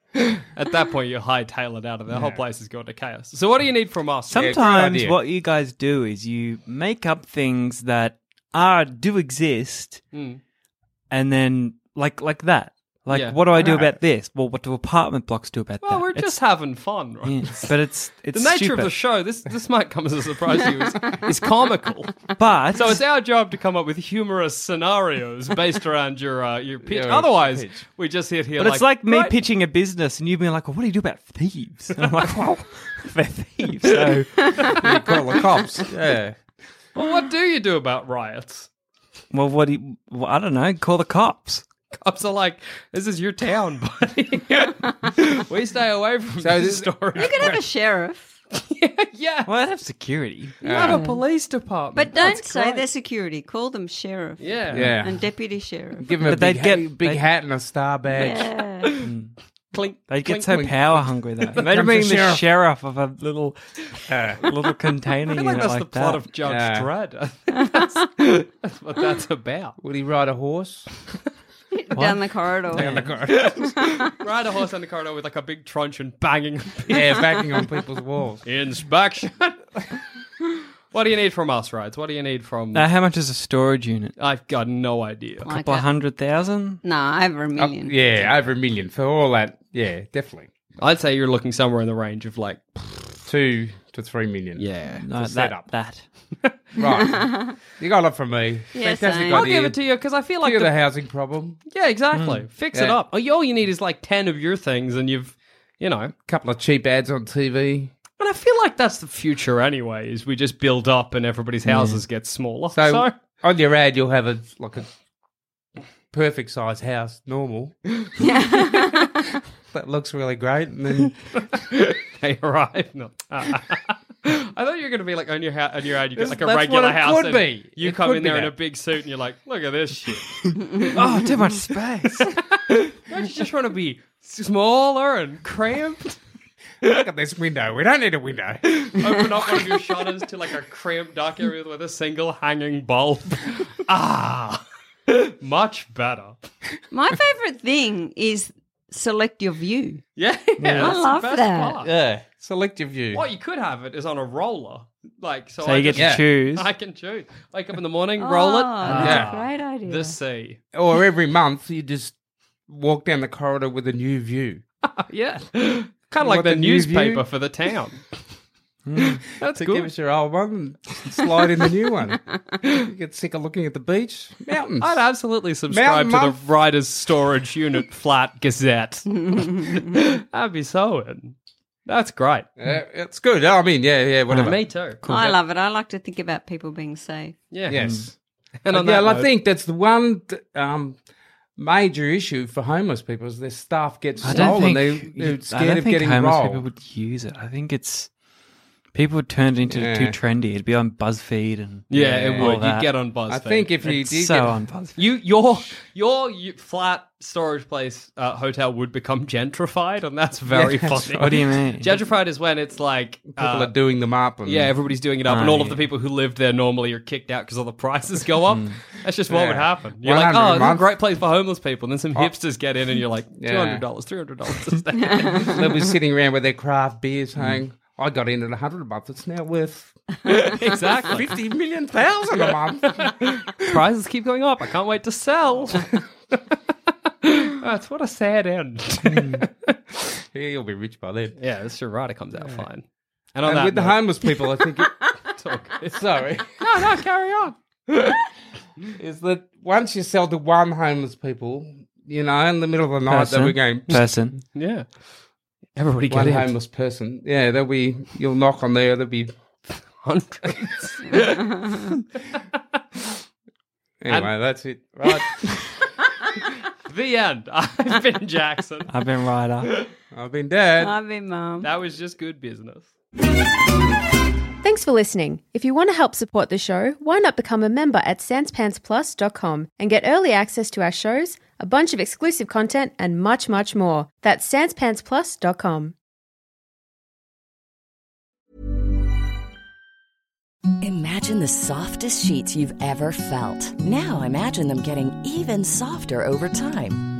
Speaker 3: corridor. At that point, you hightail it out of there. The whole place has gone to chaos. So, what do you need from us?
Speaker 4: Sometimes
Speaker 5: idea.
Speaker 4: what you guys do is you make up things that are do exist, and then like like that. Like,
Speaker 3: Hmm. Yeah.
Speaker 4: what do I do about this? Well, what do apartment blocks do about
Speaker 3: well,
Speaker 4: that?
Speaker 3: we're
Speaker 4: It's-
Speaker 3: just having fun, right?
Speaker 4: yeah, but it's
Speaker 3: The
Speaker 4: it's
Speaker 3: nature
Speaker 4: stupid.
Speaker 3: of the show, this this might come as a surprise to you, is, is comical.
Speaker 4: But
Speaker 3: So it's our job to come up with humorous scenarios based around your uh, your pitch.
Speaker 5: Yeah,
Speaker 3: Otherwise,
Speaker 5: pitch.
Speaker 3: we just sit here.
Speaker 4: but it's like me
Speaker 3: "Right,
Speaker 4: pitching a business, and you being like, well, "What do you do about thieves?" And I'm like, "Well, they're thieves." So
Speaker 5: You call the cops. Yeah.
Speaker 3: Well, what do you do about riots?
Speaker 4: well, what do you? Well, I don't know. Call the cops.
Speaker 3: Cops are like, this is your town, buddy. we stay away from
Speaker 5: So
Speaker 3: this
Speaker 5: this-
Speaker 3: story.
Speaker 6: you could have a sheriff,
Speaker 3: yeah,
Speaker 4: Well, I'd have security.
Speaker 3: you have a police department.
Speaker 6: but don't
Speaker 3: That's
Speaker 6: say
Speaker 3: great.
Speaker 6: they're security. Call them sheriff
Speaker 3: Yeah.
Speaker 5: Yeah.
Speaker 6: and deputy sheriff.
Speaker 5: Give them a
Speaker 4: But they'd
Speaker 5: big,
Speaker 4: get-
Speaker 5: ha- big
Speaker 4: they'd-
Speaker 5: hat and a star badge.
Speaker 6: Yeah.
Speaker 3: Clink.
Speaker 4: They get
Speaker 3: clink,
Speaker 4: so
Speaker 3: clink.
Speaker 4: power hungry though. Imagine
Speaker 5: comes
Speaker 4: being
Speaker 5: the
Speaker 4: the
Speaker 5: sheriff.
Speaker 4: sheriff of a little little container
Speaker 3: I feel
Speaker 4: unit
Speaker 3: like that's the
Speaker 4: like that.
Speaker 3: plot of Judge
Speaker 5: Yeah.
Speaker 3: Dredd. I think that's, that's what that's about.
Speaker 5: Would he ride a horse?
Speaker 6: down the corridor.
Speaker 3: Ride a horse down the corridor with like a big truncheon and banging.
Speaker 5: yeah, backing on people's walls.
Speaker 3: Inspection. what do you need from us, Rides? What do you need from.
Speaker 5: Uh,
Speaker 4: Now, how much is a storage unit?
Speaker 3: I've got no idea.
Speaker 4: A
Speaker 6: Like
Speaker 4: couple of
Speaker 6: a-
Speaker 4: hundred thousand?
Speaker 3: Oh,
Speaker 6: No, over a
Speaker 5: Uh,
Speaker 6: million.
Speaker 5: yeah, over a million for all that. Yeah, definitely.
Speaker 3: I'd say you're looking somewhere in the range of like
Speaker 5: two to three million.
Speaker 3: Yeah,
Speaker 5: No, that- setup.
Speaker 4: that.
Speaker 5: Right. you got it from me.
Speaker 6: Yeah,
Speaker 5: Fantastic
Speaker 6: same.
Speaker 5: idea.
Speaker 3: I'll give it to you because I feel like
Speaker 5: Cure the
Speaker 3: the,
Speaker 5: housing problem.
Speaker 3: yeah, exactly. Fix it
Speaker 5: Yeah.
Speaker 3: up. All you all you need is like ten of your things, and you've you know.
Speaker 5: A couple of cheap ads on TV.
Speaker 3: And I feel like that's the future anyway. Is we just build up and everybody's houses get smaller.
Speaker 5: Mm. So,
Speaker 3: So,
Speaker 5: on your ad, you'll have a like a perfect size house, normal. that looks really great. And then
Speaker 3: they arrive. No. I thought you were going to be like on your ha- on your ad. You get
Speaker 5: That's-
Speaker 3: like a
Speaker 5: that's
Speaker 3: regular
Speaker 5: what it
Speaker 3: house.
Speaker 5: could
Speaker 3: and
Speaker 5: be.
Speaker 3: You
Speaker 5: It
Speaker 3: come
Speaker 5: could
Speaker 3: in
Speaker 5: be
Speaker 3: there in
Speaker 5: that.
Speaker 3: a big suit and you're like, look at this shit.
Speaker 4: Oh, too much space.
Speaker 3: Don't you just want to be smaller and cramped?
Speaker 5: look at this window. We don't need a window.
Speaker 3: Open up one of your shutters to like a cramped dark area with a single hanging bulb. ah, much better.
Speaker 6: My favorite thing is select your view.
Speaker 3: Yeah, yeah
Speaker 6: I love that.
Speaker 5: Yeah. Select your view.
Speaker 3: What you could have it is on a roller, like so.
Speaker 4: So
Speaker 3: I
Speaker 4: you get
Speaker 3: just-
Speaker 4: to choose.
Speaker 3: I can choose. Wake up in the morning, roll it.
Speaker 6: Oh,
Speaker 5: Yeah.
Speaker 6: that's a great idea.
Speaker 3: The sea.
Speaker 5: Or every month, you just walk down the corridor with a new view.
Speaker 3: Yeah. Kind of
Speaker 5: like
Speaker 3: like the,
Speaker 5: the new
Speaker 3: newspaper
Speaker 5: view?
Speaker 3: for the town. That's
Speaker 5: So
Speaker 3: good.
Speaker 5: give us your old one and slide in the new one. You get sick of looking at the beach. Mountains.
Speaker 3: I'd absolutely subscribe
Speaker 5: Mountain
Speaker 3: to the
Speaker 5: Muff.
Speaker 3: Writers Storage Unit Flat Gazette. I'd be so in. That's great.
Speaker 5: Yeah, it's good. I mean, yeah, yeah, whatever.
Speaker 3: Me too.
Speaker 6: I love it. I like to think about people being safe.
Speaker 3: Yeah.
Speaker 5: Yes. Uh,
Speaker 3: And on
Speaker 5: yeah,
Speaker 3: that
Speaker 5: I
Speaker 3: note-
Speaker 5: think that's the one th- um, major issue for homeless people is their stuff gets
Speaker 4: I don't
Speaker 5: stolen.
Speaker 4: think
Speaker 5: They,
Speaker 4: you-
Speaker 5: they're
Speaker 4: I
Speaker 5: scared
Speaker 4: don't
Speaker 5: of
Speaker 4: think
Speaker 5: getting
Speaker 4: homeless
Speaker 5: robbed.
Speaker 4: people would use it. I think it's people would turn it into too
Speaker 5: Yeah.
Speaker 4: trendy. It'd be on BuzzFeed and
Speaker 3: Yeah, it
Speaker 4: all
Speaker 3: would. You'd
Speaker 4: that.
Speaker 3: get on E BuzzFeed.
Speaker 5: I think if you
Speaker 4: It's
Speaker 5: did
Speaker 4: so
Speaker 5: get,
Speaker 4: on BuzzFeed.
Speaker 3: you your your you, flat storage place uh, hotel would become gentrified, and that's very
Speaker 5: Yeah, that's
Speaker 3: funny.
Speaker 4: What do you mean?
Speaker 3: Gentrified is when it's like
Speaker 5: people
Speaker 3: uh,
Speaker 5: are doing them up. And,
Speaker 3: Yeah, everybody's doing it up,
Speaker 4: Oh,
Speaker 3: and all of
Speaker 4: yeah.
Speaker 3: the people who live there normally are kicked out because all the prices go up. That's just what would
Speaker 5: Mm. Yeah.
Speaker 3: happen. You're like,
Speaker 5: 100
Speaker 3: oh,
Speaker 5: a
Speaker 3: it's a
Speaker 5: month." Oh.
Speaker 3: great place for homeless people, and then some hipsters get in, and you're like, two
Speaker 5: Yeah.
Speaker 3: hundred dollars, three hundred dollars to stay.
Speaker 5: they'll be sitting around with their craft beer
Speaker 4: Mm.
Speaker 5: saying, "I got in at a hundred a month. It's now worth
Speaker 3: exactly.
Speaker 5: fifty million thousand a month."
Speaker 3: Prices keep going up. I can't wait to sell. That's what a sad end.
Speaker 5: Mm. yeah, you'll be rich by then.
Speaker 3: yeah, this Sharada comes out fine. And on
Speaker 5: And
Speaker 3: that
Speaker 5: with the
Speaker 3: note,
Speaker 5: homeless people, I think. It,
Speaker 3: it's all good.
Speaker 5: sorry,
Speaker 3: no, no, carry on.
Speaker 5: is that once you sell to one homeless people, you know, in the middle of the night,
Speaker 4: person,
Speaker 5: they'll be going.
Speaker 4: person.
Speaker 3: Yeah, everybody get
Speaker 5: one
Speaker 3: in.
Speaker 5: homeless person. Yeah, there'll be you'll knock on there. There'll be
Speaker 3: Hundreds.
Speaker 5: anyway. that's it. Right,
Speaker 3: the end. I've been Jackson.
Speaker 4: I've been right up.
Speaker 5: I've been dead.
Speaker 6: Love you, Mum.
Speaker 3: That was just good business.
Speaker 8: Thanks for listening. If you want to help support the show, why not become a member at sanspantsplus.com and get early access to our shows, a bunch of exclusive content, and much, much more. That's sanspantsplus.com.
Speaker 9: Imagine the softest sheets you've ever felt. Now imagine them getting even softer over time.